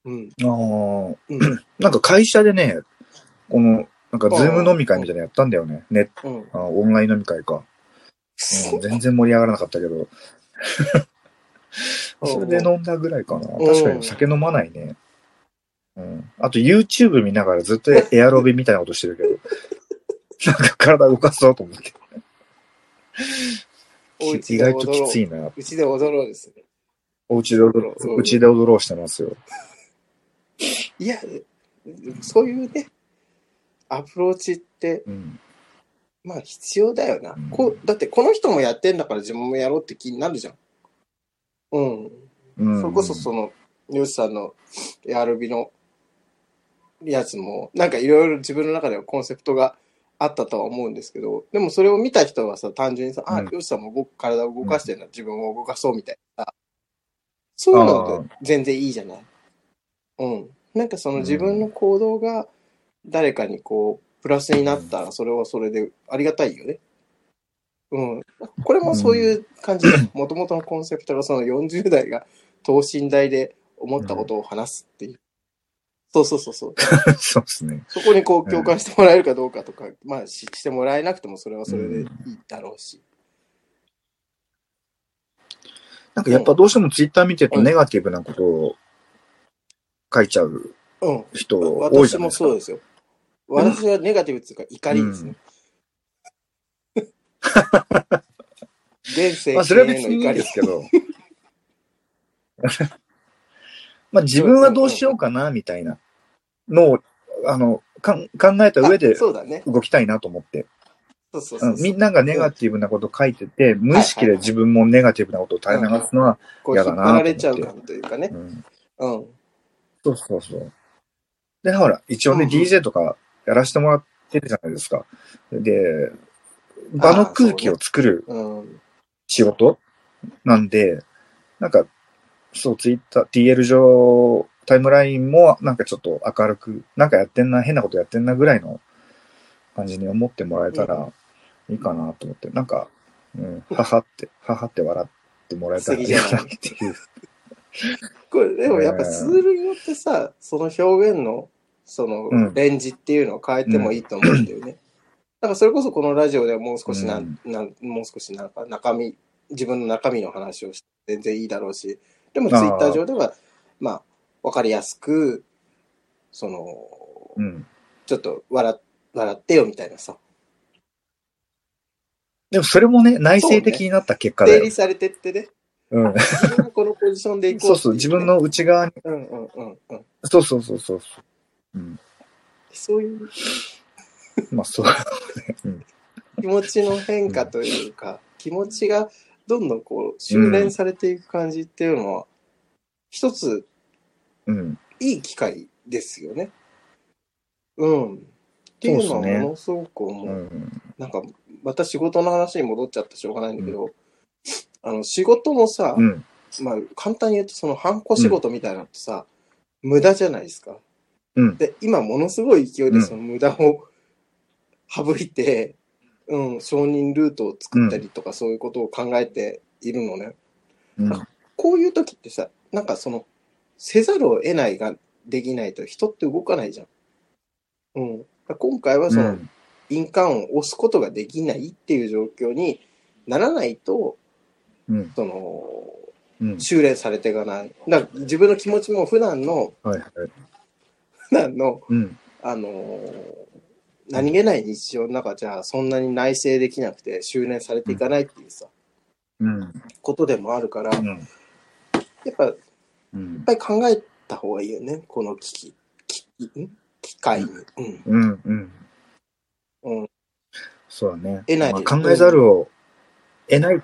[SPEAKER 1] うん。
[SPEAKER 2] あー
[SPEAKER 1] うん。
[SPEAKER 2] なんか会社でね、この、なんかズーム飲み会みたいなのやったんだよね。ね、
[SPEAKER 1] うん。
[SPEAKER 2] あオンライン飲み会か。うん 全然盛り上がらなかったけど。それで飲んだぐらいかな。
[SPEAKER 1] うん
[SPEAKER 2] 確かに酒飲まないね。うん。あと YouTube 見ながらずっとエアロビみたいなことし てるけど。なんか体動かそうと思って。
[SPEAKER 1] お
[SPEAKER 2] 意
[SPEAKER 1] 家で
[SPEAKER 2] 外ときつ
[SPEAKER 1] 踊ろ
[SPEAKER 2] いな。
[SPEAKER 1] う。うちで踊ろうですね。
[SPEAKER 2] お家で踊ろ
[SPEAKER 1] そう
[SPEAKER 2] う。うちで踊ろうしてますよ。
[SPEAKER 1] いや、そういうね、アプローチって、
[SPEAKER 2] うん。
[SPEAKER 1] まあ必要だよな。
[SPEAKER 2] うん
[SPEAKER 1] こうだってこの人もやってんだから自分もやろうって気になるじゃん。うん。
[SPEAKER 2] うん、
[SPEAKER 1] それこそその、ヨシさんのエアロビのやつも、なんかいろいろ自分の中ではコンセプトがあったとは思うんですけど、でもそれを見た人はさ、単純にさ、あ
[SPEAKER 2] うん、
[SPEAKER 1] ヨシさんも動く体を動かしてるな、自分を動かそうみたいなさ。そういうのって全然いいじゃないうん。なんかその自分の行動が誰かにこう、プラスになったら、それはそれでありがたいよね。うん。これもそういう感じで、 もともとのコンセプトがその40代が等身大で思ったことを話すっていう。そうそうそうそう。
[SPEAKER 2] そうですね。
[SPEAKER 1] そこにこう共感してもらえるかどうかとか、まあししてもらえなくてもそれはそれでいいだろうし。
[SPEAKER 2] なんかやっぱどうしても Twitter 見てるとネガティブなことを書いちゃう
[SPEAKER 1] うん。
[SPEAKER 2] 人多いじ
[SPEAKER 1] 私
[SPEAKER 2] ゃな
[SPEAKER 1] も
[SPEAKER 2] いですか。
[SPEAKER 1] そうですよ。私はネガティブっていうか怒りですね。現世
[SPEAKER 2] まあ、それは別
[SPEAKER 1] 紀
[SPEAKER 2] に
[SPEAKER 1] 年
[SPEAKER 2] い
[SPEAKER 1] の怒
[SPEAKER 2] い
[SPEAKER 1] り
[SPEAKER 2] です。けど。まあ、自分はどうしようかな、みたいなのを、あの、かん考えた上
[SPEAKER 1] あ
[SPEAKER 2] で
[SPEAKER 1] そうだね。
[SPEAKER 2] 動きたいなと思って。
[SPEAKER 1] そうそう
[SPEAKER 2] う
[SPEAKER 1] そうんそう。
[SPEAKER 2] みんながネガティブなこと書いてて、無意識で自分もネガティブなことを垂れ流すのは、
[SPEAKER 1] こう引
[SPEAKER 2] 嫌
[SPEAKER 1] っ張
[SPEAKER 2] だな
[SPEAKER 1] られちゃう感というかね
[SPEAKER 2] う。ん、
[SPEAKER 1] うん。
[SPEAKER 2] そうそうそう。で、ほら、一応ね、
[SPEAKER 1] うんうん
[SPEAKER 2] DJ とかやらせてもらってるじゃないですか。で、場の空気を作る
[SPEAKER 1] うん。
[SPEAKER 2] 仕事なんで、なんか、そう、ツイッター、TL 上、タイムラインも、なんかちょっと明るく、なんかやってんな、変なことやってんなぐらいの感じに思ってもらえたらいいかなと思って、なんか、うん、ははって、ははって笑ってもらえたらいいかなっていう。
[SPEAKER 1] これでもやっぱツールによってさ、その表現のその
[SPEAKER 2] うん
[SPEAKER 1] レンジっていうのを変えてもいいと思うんだよね。なんかそれこそこのラジオではもう少しなん、なんもう少しなんか中身、自分の中身の話をして全然いいだろうし、でもツイ
[SPEAKER 2] あー
[SPEAKER 1] ッター上では、まあ、わかりやすく、その、
[SPEAKER 2] うん。
[SPEAKER 1] ちょっと笑っ笑ってよみたいなさ、
[SPEAKER 2] でもそれもね、内省的になった結果だ
[SPEAKER 1] 整
[SPEAKER 2] よ。
[SPEAKER 1] 理されてってね、
[SPEAKER 2] うん。
[SPEAKER 1] 自分はこのポジションでいこう
[SPEAKER 2] そうそう、自分の内側に、
[SPEAKER 1] うんうんうんうん。
[SPEAKER 2] そうそうそうそう。うん。
[SPEAKER 1] そういう
[SPEAKER 2] まあそう。うん。
[SPEAKER 1] 気持ちの変化というか、気持ちがどんどんこう、修練されていく感じっていうのは、一つ
[SPEAKER 2] うん。
[SPEAKER 1] いい機会ですよね。うん。っていうのは
[SPEAKER 2] そうですね
[SPEAKER 1] ものすごく思う。
[SPEAKER 2] うん。
[SPEAKER 1] なんか、また仕事の話に戻っちゃってしょうがないんだけど、あの、仕事もさ、
[SPEAKER 2] うん。
[SPEAKER 1] まあ、簡単に言うと、その、ハンコ仕事みたいなのってさ、無駄じゃないですか。
[SPEAKER 2] うん
[SPEAKER 1] で、今、ものすごい勢いで、
[SPEAKER 2] うん
[SPEAKER 1] その無駄を省いて、うん、承認ルートを作ったりとか、そういうことを考えているのね。
[SPEAKER 2] うん。
[SPEAKER 1] こういう時ってさ、なんかその、せざるを得ないができないと人って動かないじゃん。うん。だから今回はその、印鑑を押すことができないっていう状況にならないと、
[SPEAKER 2] うん。
[SPEAKER 1] その、
[SPEAKER 2] うん。
[SPEAKER 1] 修練されていかない。だから自分の気持ちも普段の、
[SPEAKER 2] はいはい。
[SPEAKER 1] 普段の、
[SPEAKER 2] うん。
[SPEAKER 1] あのー何気ない日常の中じゃ、そんなに内省できなくて修練されていかないっていうさ、
[SPEAKER 2] うん。
[SPEAKER 1] ことでもあるから、や
[SPEAKER 2] うん。
[SPEAKER 1] っぱ
[SPEAKER 2] うん。
[SPEAKER 1] いっぱい考えた方がいいよね、この機器、機器ん機械に、うん
[SPEAKER 2] うん。うん。
[SPEAKER 1] うん
[SPEAKER 2] そうだね。
[SPEAKER 1] 得ない
[SPEAKER 2] まあ考えざるを得ない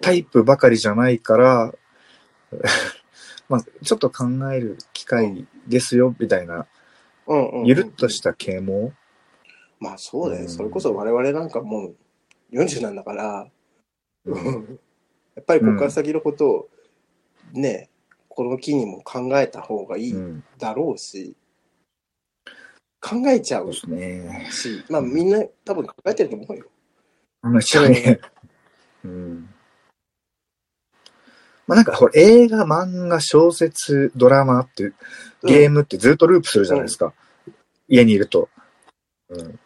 [SPEAKER 2] タイプばかりじゃないから、まあ、ちょっと考える機会ですよ、みたいな、
[SPEAKER 1] うんうんうん
[SPEAKER 2] ゆるっとした啓蒙。
[SPEAKER 1] まあそうだよ、
[SPEAKER 2] うん
[SPEAKER 1] それこそ我々なんかもう40なんだから、
[SPEAKER 2] う
[SPEAKER 1] うんんやっぱりここから先のことをね、この機にも考えた方がいい
[SPEAKER 2] うん。
[SPEAKER 1] だろうし、考えちゃ
[SPEAKER 2] そう
[SPEAKER 1] う
[SPEAKER 2] ですね。
[SPEAKER 1] し、まあみんな多分考えてると思うよ。
[SPEAKER 2] 話はね。うん。まあなんか、ほら、映画、漫画、小説、ドラマって、ゲームってずっとループするじゃないですか。家にいると。うん。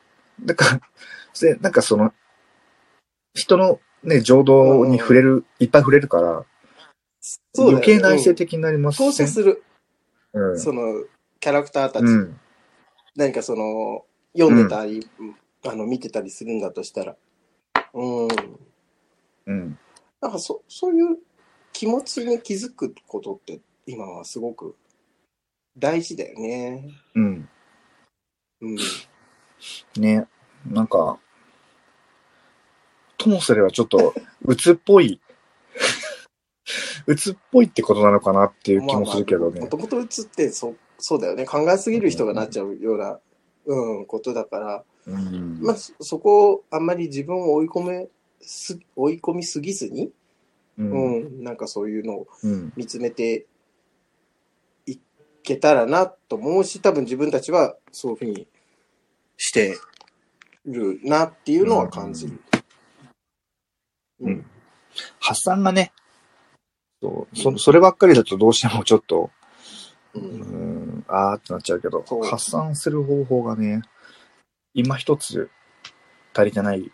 [SPEAKER 2] だから、 でなんかその、人のね、情動に触れる、いっぱい触れるから、
[SPEAKER 1] そうだよ
[SPEAKER 2] 余計内省
[SPEAKER 1] うん
[SPEAKER 2] 的になります
[SPEAKER 1] 投射する、
[SPEAKER 2] うん。
[SPEAKER 1] そのキャラクターたち
[SPEAKER 2] うん。
[SPEAKER 1] 何かその読んでたり、あの見てたりするんだとしたらうん
[SPEAKER 2] うん。
[SPEAKER 1] なんかそそういう気持ちに気づくことって今はすごく大事だよね
[SPEAKER 2] うん。
[SPEAKER 1] うん
[SPEAKER 2] ね。なんか、ともすればちょっと、鬱っ ぽい、鬱っぽいってことなのかなっていう気もするけどね
[SPEAKER 1] も。ともと鬱ってそそうだよね考えすぎる人がなっちゃうような、うん、ことだから、
[SPEAKER 2] うん
[SPEAKER 1] まあ、そそこをあんまり自分を追い込めす追い込みすぎずに、
[SPEAKER 2] うん。
[SPEAKER 1] うん、なんかそういうのを
[SPEAKER 2] うん。
[SPEAKER 1] 見つめていけたらなと思うし、多分自分たちはそういうふうにしてるなっていうのは感じる。
[SPEAKER 2] うん
[SPEAKER 1] うん。
[SPEAKER 2] 発散がね、そうそそればっかりだとどうしてもちょっと、
[SPEAKER 1] う
[SPEAKER 2] うー
[SPEAKER 1] ん
[SPEAKER 2] ん、あーってなっちゃうけど
[SPEAKER 1] そう、
[SPEAKER 2] 発散する方法がね、今一つ足りてない。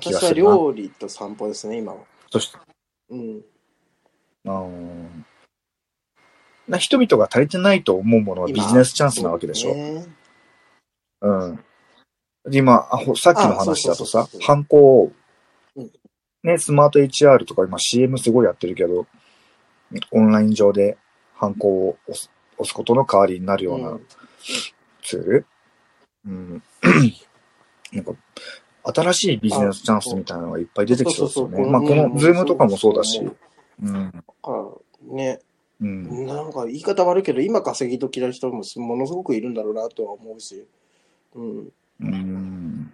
[SPEAKER 2] 気が
[SPEAKER 1] 私
[SPEAKER 2] す
[SPEAKER 1] は
[SPEAKER 2] るな
[SPEAKER 1] 料理と散歩ですね、今は。
[SPEAKER 2] そして、
[SPEAKER 1] うん。
[SPEAKER 2] うーん、な人々が足りてないと思うものはビジネスチャンスなわけでしょ。う
[SPEAKER 1] ね
[SPEAKER 2] ん。で今あほ、さっきの話だ
[SPEAKER 1] あそ
[SPEAKER 2] とさ
[SPEAKER 1] うそうそうそう、
[SPEAKER 2] ハンコを
[SPEAKER 1] うん、
[SPEAKER 2] ね、スマート HR とか今 CM すごいやってるけど、オンライン上でハンコを押す押すことの代わりになるような、
[SPEAKER 1] うん
[SPEAKER 2] ツール、うん、なんか新しいビジネスチャンスみたいなのがいっぱい出てきそうですよ
[SPEAKER 1] そうそう
[SPEAKER 2] ね。
[SPEAKER 1] そう
[SPEAKER 2] まあこ
[SPEAKER 1] う
[SPEAKER 2] の
[SPEAKER 1] ん
[SPEAKER 2] ズームとかもそうだし
[SPEAKER 1] そう。
[SPEAKER 2] うん。
[SPEAKER 1] だからね、
[SPEAKER 2] うん。
[SPEAKER 1] なんか言い方悪いけど、今稼ぎ時な人もものすごくいるんだろうなとは思うし。うん。
[SPEAKER 2] うん、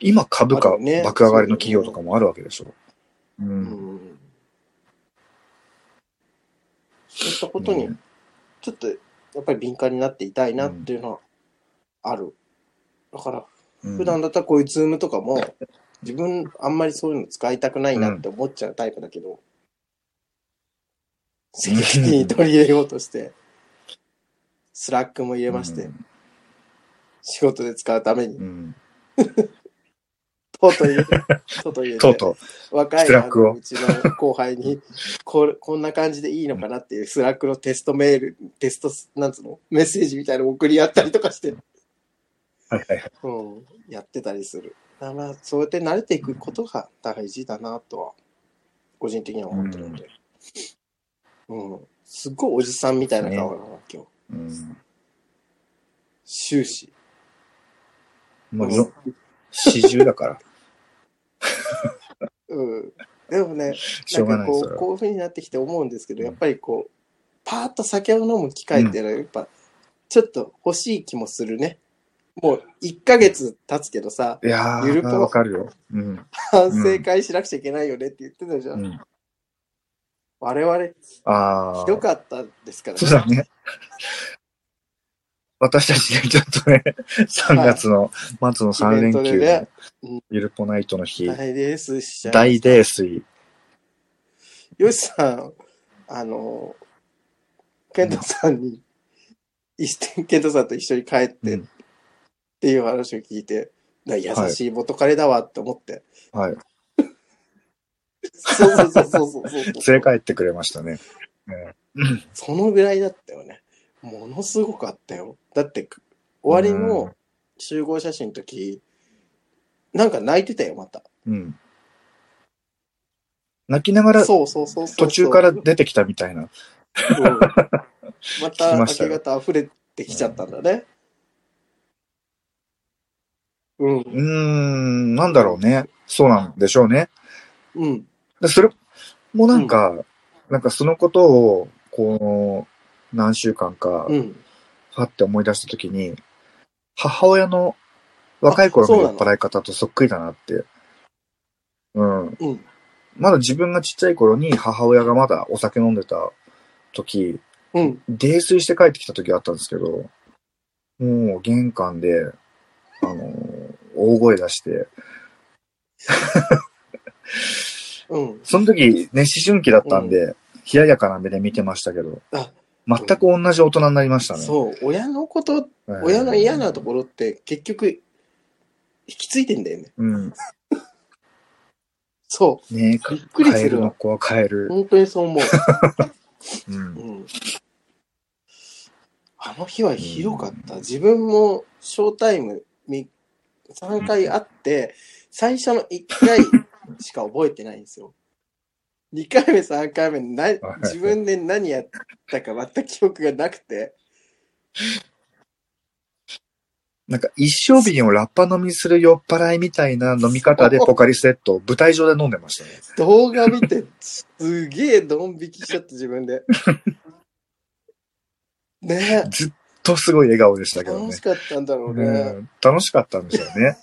[SPEAKER 2] 今株価
[SPEAKER 1] あるね
[SPEAKER 2] 爆上がりの企業とかもあるわけでしょ。う。
[SPEAKER 1] うんん。そういったことに
[SPEAKER 2] ね
[SPEAKER 1] ちょっとやっぱり敏感になっていたいなっていうのはある。だから、
[SPEAKER 2] うん
[SPEAKER 1] 普段だったらこういうズームとかも、自分あんまりそういうの使いたくないなって思っちゃうタイプだけど、積極的に取り入れようとして、スラックも入れまして
[SPEAKER 2] う、ん
[SPEAKER 1] 仕事で使うために
[SPEAKER 2] う。ん。
[SPEAKER 1] とうとう 言えて、とうとう言え
[SPEAKER 2] とう
[SPEAKER 1] て、
[SPEAKER 2] と
[SPEAKER 1] 若い
[SPEAKER 2] スラックを
[SPEAKER 1] あのうちの後輩に これ、こんな感じでいいのかなっていうスラックのテストメール、テスト、なんつうの、メッセージみたいなの送り合ったりとかして、
[SPEAKER 2] う。はいはいはい。
[SPEAKER 1] うん、やってたりする。だからまあ、そうやって慣れていくことが大事だなとは、個人的には思ってるんで。うん。すっごいおじさんみたいな顔だな、今日。
[SPEAKER 2] うん。
[SPEAKER 1] 終始。
[SPEAKER 2] もうよ、四十 だから。
[SPEAKER 1] うん。でもね、
[SPEAKER 2] しょうが
[SPEAKER 1] ん
[SPEAKER 2] な
[SPEAKER 1] か
[SPEAKER 2] い、
[SPEAKER 1] こ
[SPEAKER 2] そうれは。
[SPEAKER 1] こういうふうになってきて思うんですけど、
[SPEAKER 2] うん
[SPEAKER 1] やっぱりこう、パーッと酒を飲む機会っていうのは、やっぱ、ちょっと欲しい気もするね。もう、1ヶ月経つけどさ、
[SPEAKER 2] いや
[SPEAKER 1] ゆる
[SPEAKER 2] ー、
[SPEAKER 1] ぽ
[SPEAKER 2] わかるよ。うん。
[SPEAKER 1] 反省会しなくちゃいけないよねって言ってたじゃん。
[SPEAKER 2] うん。
[SPEAKER 1] 我々、ひ
[SPEAKER 2] あ
[SPEAKER 1] ど
[SPEAKER 2] あ。
[SPEAKER 1] かったですから
[SPEAKER 2] そうだね。 私たちね、ちょっとね、3月の末の3連
[SPEAKER 1] イベント
[SPEAKER 2] 休
[SPEAKER 1] でね
[SPEAKER 2] で
[SPEAKER 1] うん、
[SPEAKER 2] ゆるぽナイトの日、
[SPEAKER 1] 大レースしちゃう。
[SPEAKER 2] 大泥酔。
[SPEAKER 1] よしさん、あの、ケントさんに、一緒にケントさんと一緒に帰って
[SPEAKER 2] う
[SPEAKER 1] っ
[SPEAKER 2] ん
[SPEAKER 1] ていう話を聞いて、な優しい元彼だわって思って。
[SPEAKER 2] はい。
[SPEAKER 1] そうそうそうそうそうそう そう。
[SPEAKER 2] 連れ帰ってくれましたね。
[SPEAKER 1] そのぐらいだったよね。ものすごかったよ。だって、終わり
[SPEAKER 2] う
[SPEAKER 1] の
[SPEAKER 2] ん
[SPEAKER 1] 集合写真の時、なんか泣いてたよ、また。
[SPEAKER 2] うん。泣きながら
[SPEAKER 1] そうそうそうそう。
[SPEAKER 2] 途中から
[SPEAKER 1] うん
[SPEAKER 2] 出てきたみたいな。
[SPEAKER 1] ま
[SPEAKER 2] 聞
[SPEAKER 1] た
[SPEAKER 2] き
[SPEAKER 1] 明
[SPEAKER 2] ました
[SPEAKER 1] け
[SPEAKER 2] よ
[SPEAKER 1] 方溢れてきちゃったんだね。うん。
[SPEAKER 2] うーん、なんだろうね。そうなんでしょうね。
[SPEAKER 1] うん。
[SPEAKER 2] でそれもなんか、なんかそのことを、こう、何週間か、
[SPEAKER 1] うん。
[SPEAKER 2] はって思い出したときに、母親の若い頃
[SPEAKER 1] あ
[SPEAKER 2] の
[SPEAKER 1] そう
[SPEAKER 2] 酔
[SPEAKER 1] な
[SPEAKER 2] っ
[SPEAKER 1] の
[SPEAKER 2] 払い方とそっくりだなって。うん。
[SPEAKER 1] うん。
[SPEAKER 2] まだ自分がちっちゃい頃に母親がまだお酒飲んでた時、
[SPEAKER 1] うん。
[SPEAKER 2] 泥酔して帰ってきた時あったんですけど、もう玄関で、あのー大声出して、
[SPEAKER 1] うん。
[SPEAKER 2] その時ね、思春期だったんで、冷ややかな目で見てましたけど
[SPEAKER 1] あ、
[SPEAKER 2] 全く同じ大人になりましたね。
[SPEAKER 1] そう、親のこと、
[SPEAKER 2] うん
[SPEAKER 1] 親の嫌なところって結局、引き継いでんだよね。
[SPEAKER 2] うん。
[SPEAKER 1] そ
[SPEAKER 2] ね
[SPEAKER 1] びっくりするわ
[SPEAKER 2] カエルの子はカエ
[SPEAKER 1] う、
[SPEAKER 2] ル。
[SPEAKER 1] 本当にそう思う。
[SPEAKER 2] うん
[SPEAKER 1] うんあの日はひどかった。自分もショータイムみ3回あって、最初の1回しか覚えてないんですよ。2回目、3回目な、自分で何やったか全く記憶がなくて、
[SPEAKER 2] なんか一生瓶をラッパ飲みする酔っ払いみたいな飲み方でポカリスエットを舞台上で飲んでましたね。
[SPEAKER 1] 動画見て、すげえドン引きしちゃった自分 で。ね
[SPEAKER 2] ずっとすごい笑顔でした
[SPEAKER 1] え、
[SPEAKER 2] けど
[SPEAKER 1] 楽
[SPEAKER 2] ね
[SPEAKER 1] し。かったんだろう
[SPEAKER 2] う
[SPEAKER 1] ね。
[SPEAKER 2] ん楽しかったんですよね。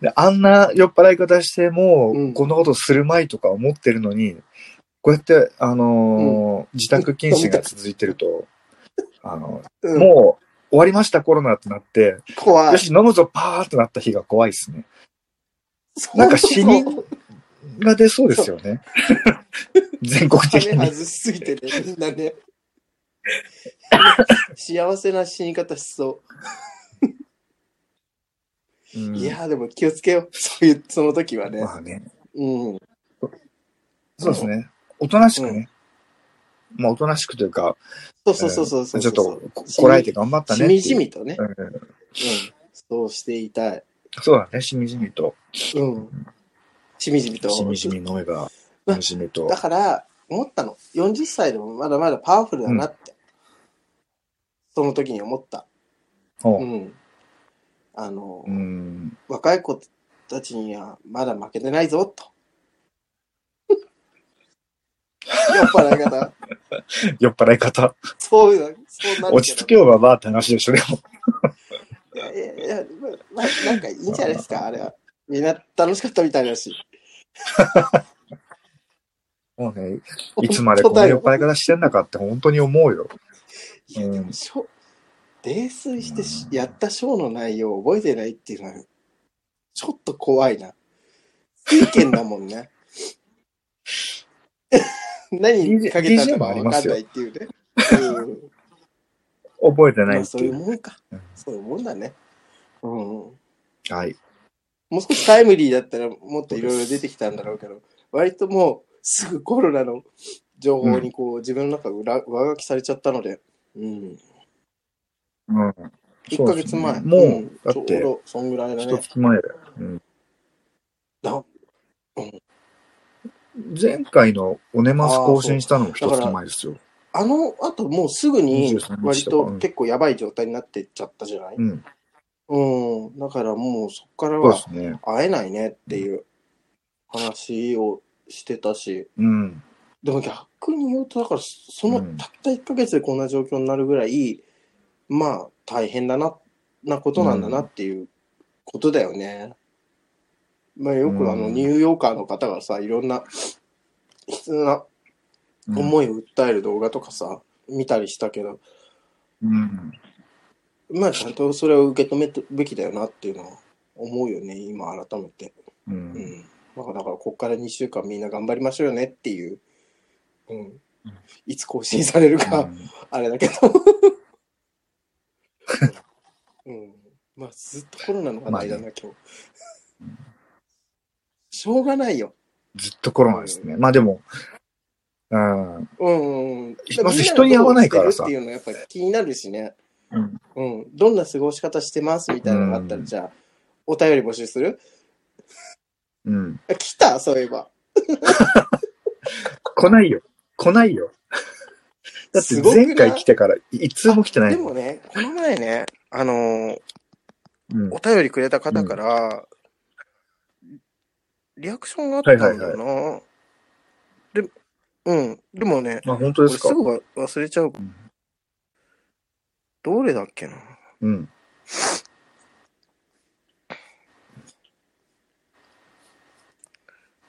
[SPEAKER 2] であんな酔っ払い方しても
[SPEAKER 1] うん
[SPEAKER 2] う、こんなことするまいとか思ってるのに、こうやって、あのー自宅謹慎が続いてると、あの、
[SPEAKER 1] うんうん
[SPEAKER 2] もう終わりましたコロナってなって、
[SPEAKER 1] 怖
[SPEAKER 2] よ
[SPEAKER 1] い。
[SPEAKER 2] し、飲むぞパーってなった日が怖いですね。なんか死人が出そうですよ ね。全国的
[SPEAKER 1] 羽
[SPEAKER 2] に
[SPEAKER 1] 外。しすぎてね、みんな ね。幸せな死に方しそうう。
[SPEAKER 2] ん
[SPEAKER 1] いやー、でも気をつけよう。そういう、その時はね。
[SPEAKER 2] まあね。
[SPEAKER 1] うん。
[SPEAKER 2] そうですね。おとなしくね。まあ、おとなしくというか、
[SPEAKER 1] そうそうそうそうそう。
[SPEAKER 2] ちょっとここらえて頑張ったね
[SPEAKER 1] し
[SPEAKER 2] っていう。
[SPEAKER 1] みじみとね。
[SPEAKER 2] う
[SPEAKER 1] うん。
[SPEAKER 2] ん。
[SPEAKER 1] そうしていたい。
[SPEAKER 2] そうだね。しみじみと。
[SPEAKER 1] うん。しみじみと。
[SPEAKER 2] しみじみ飲めば、
[SPEAKER 1] うん
[SPEAKER 2] しみじみと
[SPEAKER 1] だ。から、思ったの。40歳でもまだまだパワフルだなって。その時に思った。
[SPEAKER 2] ほ
[SPEAKER 1] う。
[SPEAKER 2] うん
[SPEAKER 1] あの、
[SPEAKER 2] うん。
[SPEAKER 1] 若い子たちにはまだ負けてないぞ、と。 酔っ払い方。
[SPEAKER 2] 酔っ払い方。
[SPEAKER 1] そういうの、そうなるけど
[SPEAKER 2] 落ち着けよばばって話でしょ、でも。
[SPEAKER 1] いやいやいや、まあな、なんかいいんじゃないですか、あれは。みんな楽しかったみたいだし。
[SPEAKER 2] もうね、いつまでこんな酔っ払い方してんだかって本当に思うよ。
[SPEAKER 1] いや、でも、ショー、泥酔してしやったショーの内容を覚えてないっていうのは、ちょっと怖いな。意見だもんね。 何にかけたのかわかんないっていうね。
[SPEAKER 2] 覚えてな
[SPEAKER 1] ま
[SPEAKER 2] い
[SPEAKER 1] あ、
[SPEAKER 2] っ
[SPEAKER 1] そ
[SPEAKER 2] て
[SPEAKER 1] うい
[SPEAKER 2] いうう。
[SPEAKER 1] もんか
[SPEAKER 2] うん。
[SPEAKER 1] そういうもんだね。うん。
[SPEAKER 2] はい。
[SPEAKER 1] もう少しタイムリーだったらもっといろいろ出てきたんだろうけど、割ともうすぐコロナの情報にこう、自分の中裏上書きされちゃったので、うん、
[SPEAKER 2] うん。
[SPEAKER 1] 1ヶ月前、
[SPEAKER 2] そうですねもう
[SPEAKER 1] うん
[SPEAKER 2] だ
[SPEAKER 1] ちょ
[SPEAKER 2] っ
[SPEAKER 1] う
[SPEAKER 2] て
[SPEAKER 1] どそんぐらいだ
[SPEAKER 2] 一
[SPEAKER 1] ね。
[SPEAKER 2] 月前だよ。うん。
[SPEAKER 1] だ
[SPEAKER 2] 前回のオネマス更新したのも一月前ですよ。
[SPEAKER 1] あの後もうすぐに
[SPEAKER 2] 23
[SPEAKER 1] 割
[SPEAKER 2] 日とか
[SPEAKER 1] と
[SPEAKER 2] うん
[SPEAKER 1] 結構やばい状態になってっちゃったじゃない、
[SPEAKER 2] うん。
[SPEAKER 1] うん、だからもうそこから
[SPEAKER 2] そう
[SPEAKER 1] は
[SPEAKER 2] ですね。
[SPEAKER 1] 会えないねっていう話をしてたし、
[SPEAKER 2] うん。
[SPEAKER 1] でも逆に言うと、だから、その
[SPEAKER 2] うん
[SPEAKER 1] たった1ヶ月でこんな状況になるぐらい、まあ、大変だな、なことなんだなっていうことだよね。まあ、よ
[SPEAKER 2] う
[SPEAKER 1] く
[SPEAKER 2] ん
[SPEAKER 1] あの、ニューヨーカーの方がさ、いろんな、悲痛な
[SPEAKER 2] うん
[SPEAKER 1] 思いを訴える動画とかさ、見たりしたけど、
[SPEAKER 2] うん。
[SPEAKER 1] まあ、ちゃんとそれを受け止めるべきだよなっていうのは思うよね、今改めて。
[SPEAKER 2] う。
[SPEAKER 1] うんん。まあ、だから、こっから2週間みんな頑張りましょうよねっていう。うん。いつ更新されるか、あれだけど。うん。まあ、ずっとコロナの話題だな、
[SPEAKER 2] ま
[SPEAKER 1] 今日。しょうがないよ。
[SPEAKER 2] ずっとコロナですね。まあでも、うん。
[SPEAKER 1] うん、うん。
[SPEAKER 2] まず人に会わないからさ
[SPEAKER 1] みんなのどうしてるっていうのはやっぱ気になるしね。
[SPEAKER 2] うん
[SPEAKER 1] うん。どんな過ごし方してますみたいなのがあった
[SPEAKER 2] う
[SPEAKER 1] ら、
[SPEAKER 2] ん
[SPEAKER 1] じゃあ、お便り募集する
[SPEAKER 2] うん。
[SPEAKER 1] あ来たそういえば。
[SPEAKER 2] 来ないよ。来な いよ。だって
[SPEAKER 1] すごくない
[SPEAKER 2] 前回来てから一通も来てない
[SPEAKER 1] で
[SPEAKER 2] もん。
[SPEAKER 1] もね、この前ね、あのー
[SPEAKER 2] うん
[SPEAKER 1] お便りくれた方から、リアクションがあったんだよな。で、うん。でもね、
[SPEAKER 2] まあ本当
[SPEAKER 1] こ
[SPEAKER 2] で
[SPEAKER 1] れ
[SPEAKER 2] すか
[SPEAKER 1] す。ぐわ忘れちゃう
[SPEAKER 2] うん。
[SPEAKER 1] どれだっけな
[SPEAKER 2] うん。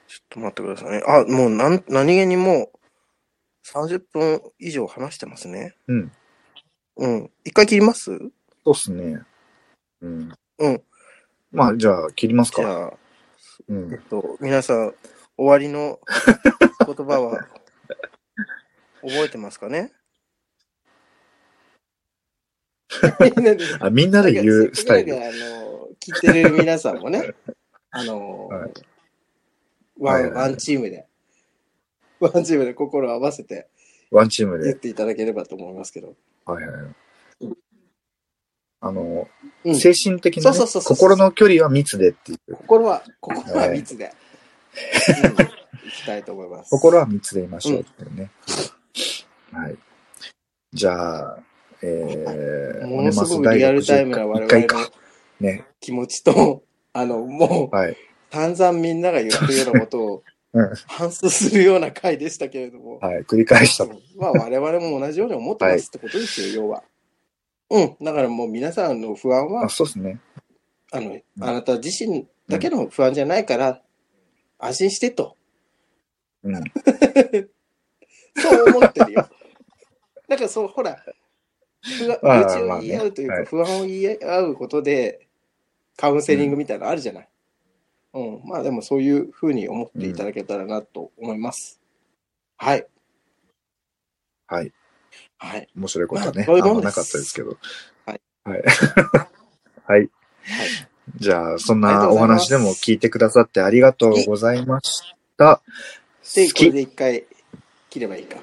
[SPEAKER 1] ちょっと待ってくださいね。あ、もうなん何気にもう30分以上話してますね。
[SPEAKER 2] うん。
[SPEAKER 1] うん。一回切りますう
[SPEAKER 2] そうっすね。うん。
[SPEAKER 1] ん。
[SPEAKER 2] まあじゃあ切ります
[SPEAKER 1] じ
[SPEAKER 2] か。
[SPEAKER 1] ゃあ、
[SPEAKER 2] う
[SPEAKER 1] えっ
[SPEAKER 2] ん。
[SPEAKER 1] と、皆さん、終わり の言葉は覚えてますか ねなんで
[SPEAKER 2] あ、みんなで言うスタイ
[SPEAKER 1] せっ
[SPEAKER 2] ル。
[SPEAKER 1] かくだからあの聞いてる皆さんも ね、あの、
[SPEAKER 2] はい
[SPEAKER 1] ワ
[SPEAKER 2] はいは
[SPEAKER 1] ンワ
[SPEAKER 2] いはい
[SPEAKER 1] ンチームで、ワンチームで心を合わせて
[SPEAKER 2] ワンチーム
[SPEAKER 1] 言っ
[SPEAKER 2] で。
[SPEAKER 1] ていただければと思いますけど。
[SPEAKER 2] はいはいはい。あの、
[SPEAKER 1] うん、
[SPEAKER 2] 精神的なね
[SPEAKER 1] そうそうそうそう
[SPEAKER 2] 心の距離は密でっていう。
[SPEAKER 1] 心は、心は
[SPEAKER 2] はい
[SPEAKER 1] 密で、うん行きたいと思います。
[SPEAKER 2] 心は密でいましょうっていうね。はい。じゃあ、えー、
[SPEAKER 1] ものすごくリアルタイムな我
[SPEAKER 2] 一回
[SPEAKER 1] 々の
[SPEAKER 2] か。ね。
[SPEAKER 1] 気持ちと、あの、もう、
[SPEAKER 2] はい。
[SPEAKER 1] 散々みんなが言ってるようなことを
[SPEAKER 2] うん、
[SPEAKER 1] 反芻するような回でしたけれども、
[SPEAKER 2] はい。繰り返した
[SPEAKER 1] そうまあ我々も同じように思ってますってことですよ、要は。うん。だからもう皆さんの不安
[SPEAKER 2] あ、
[SPEAKER 1] は、
[SPEAKER 2] そうですね。
[SPEAKER 1] あの、あなた自身だけの不安じゃないから、安心してと。
[SPEAKER 2] うん。
[SPEAKER 1] そう思ってるよ。だからそう、ほら、不
[SPEAKER 2] まあ
[SPEAKER 1] 安、愚痴
[SPEAKER 2] まあ
[SPEAKER 1] を
[SPEAKER 2] ね
[SPEAKER 1] 言い合うという
[SPEAKER 2] は
[SPEAKER 1] か
[SPEAKER 2] い、
[SPEAKER 1] 不安を言い合うことで、カウンセリングみたいなのあるじゃない。うん。まあでもそういうふうに思っていただけたらなと思います。はい。
[SPEAKER 2] はい。
[SPEAKER 1] はい。
[SPEAKER 2] 面白いことはね、
[SPEAKER 1] まあそういう
[SPEAKER 2] あ
[SPEAKER 1] もん
[SPEAKER 2] の
[SPEAKER 1] です
[SPEAKER 2] なかったですけど。
[SPEAKER 1] はい。
[SPEAKER 2] はい。 はい。じゃあ、そん
[SPEAKER 1] ありが
[SPEAKER 2] な
[SPEAKER 1] とう
[SPEAKER 2] お
[SPEAKER 1] ございます
[SPEAKER 2] 話でも聞いてくださってありがとうございました。
[SPEAKER 1] で、
[SPEAKER 2] 好
[SPEAKER 1] これ
[SPEAKER 2] き。
[SPEAKER 1] で一回切ればいいか。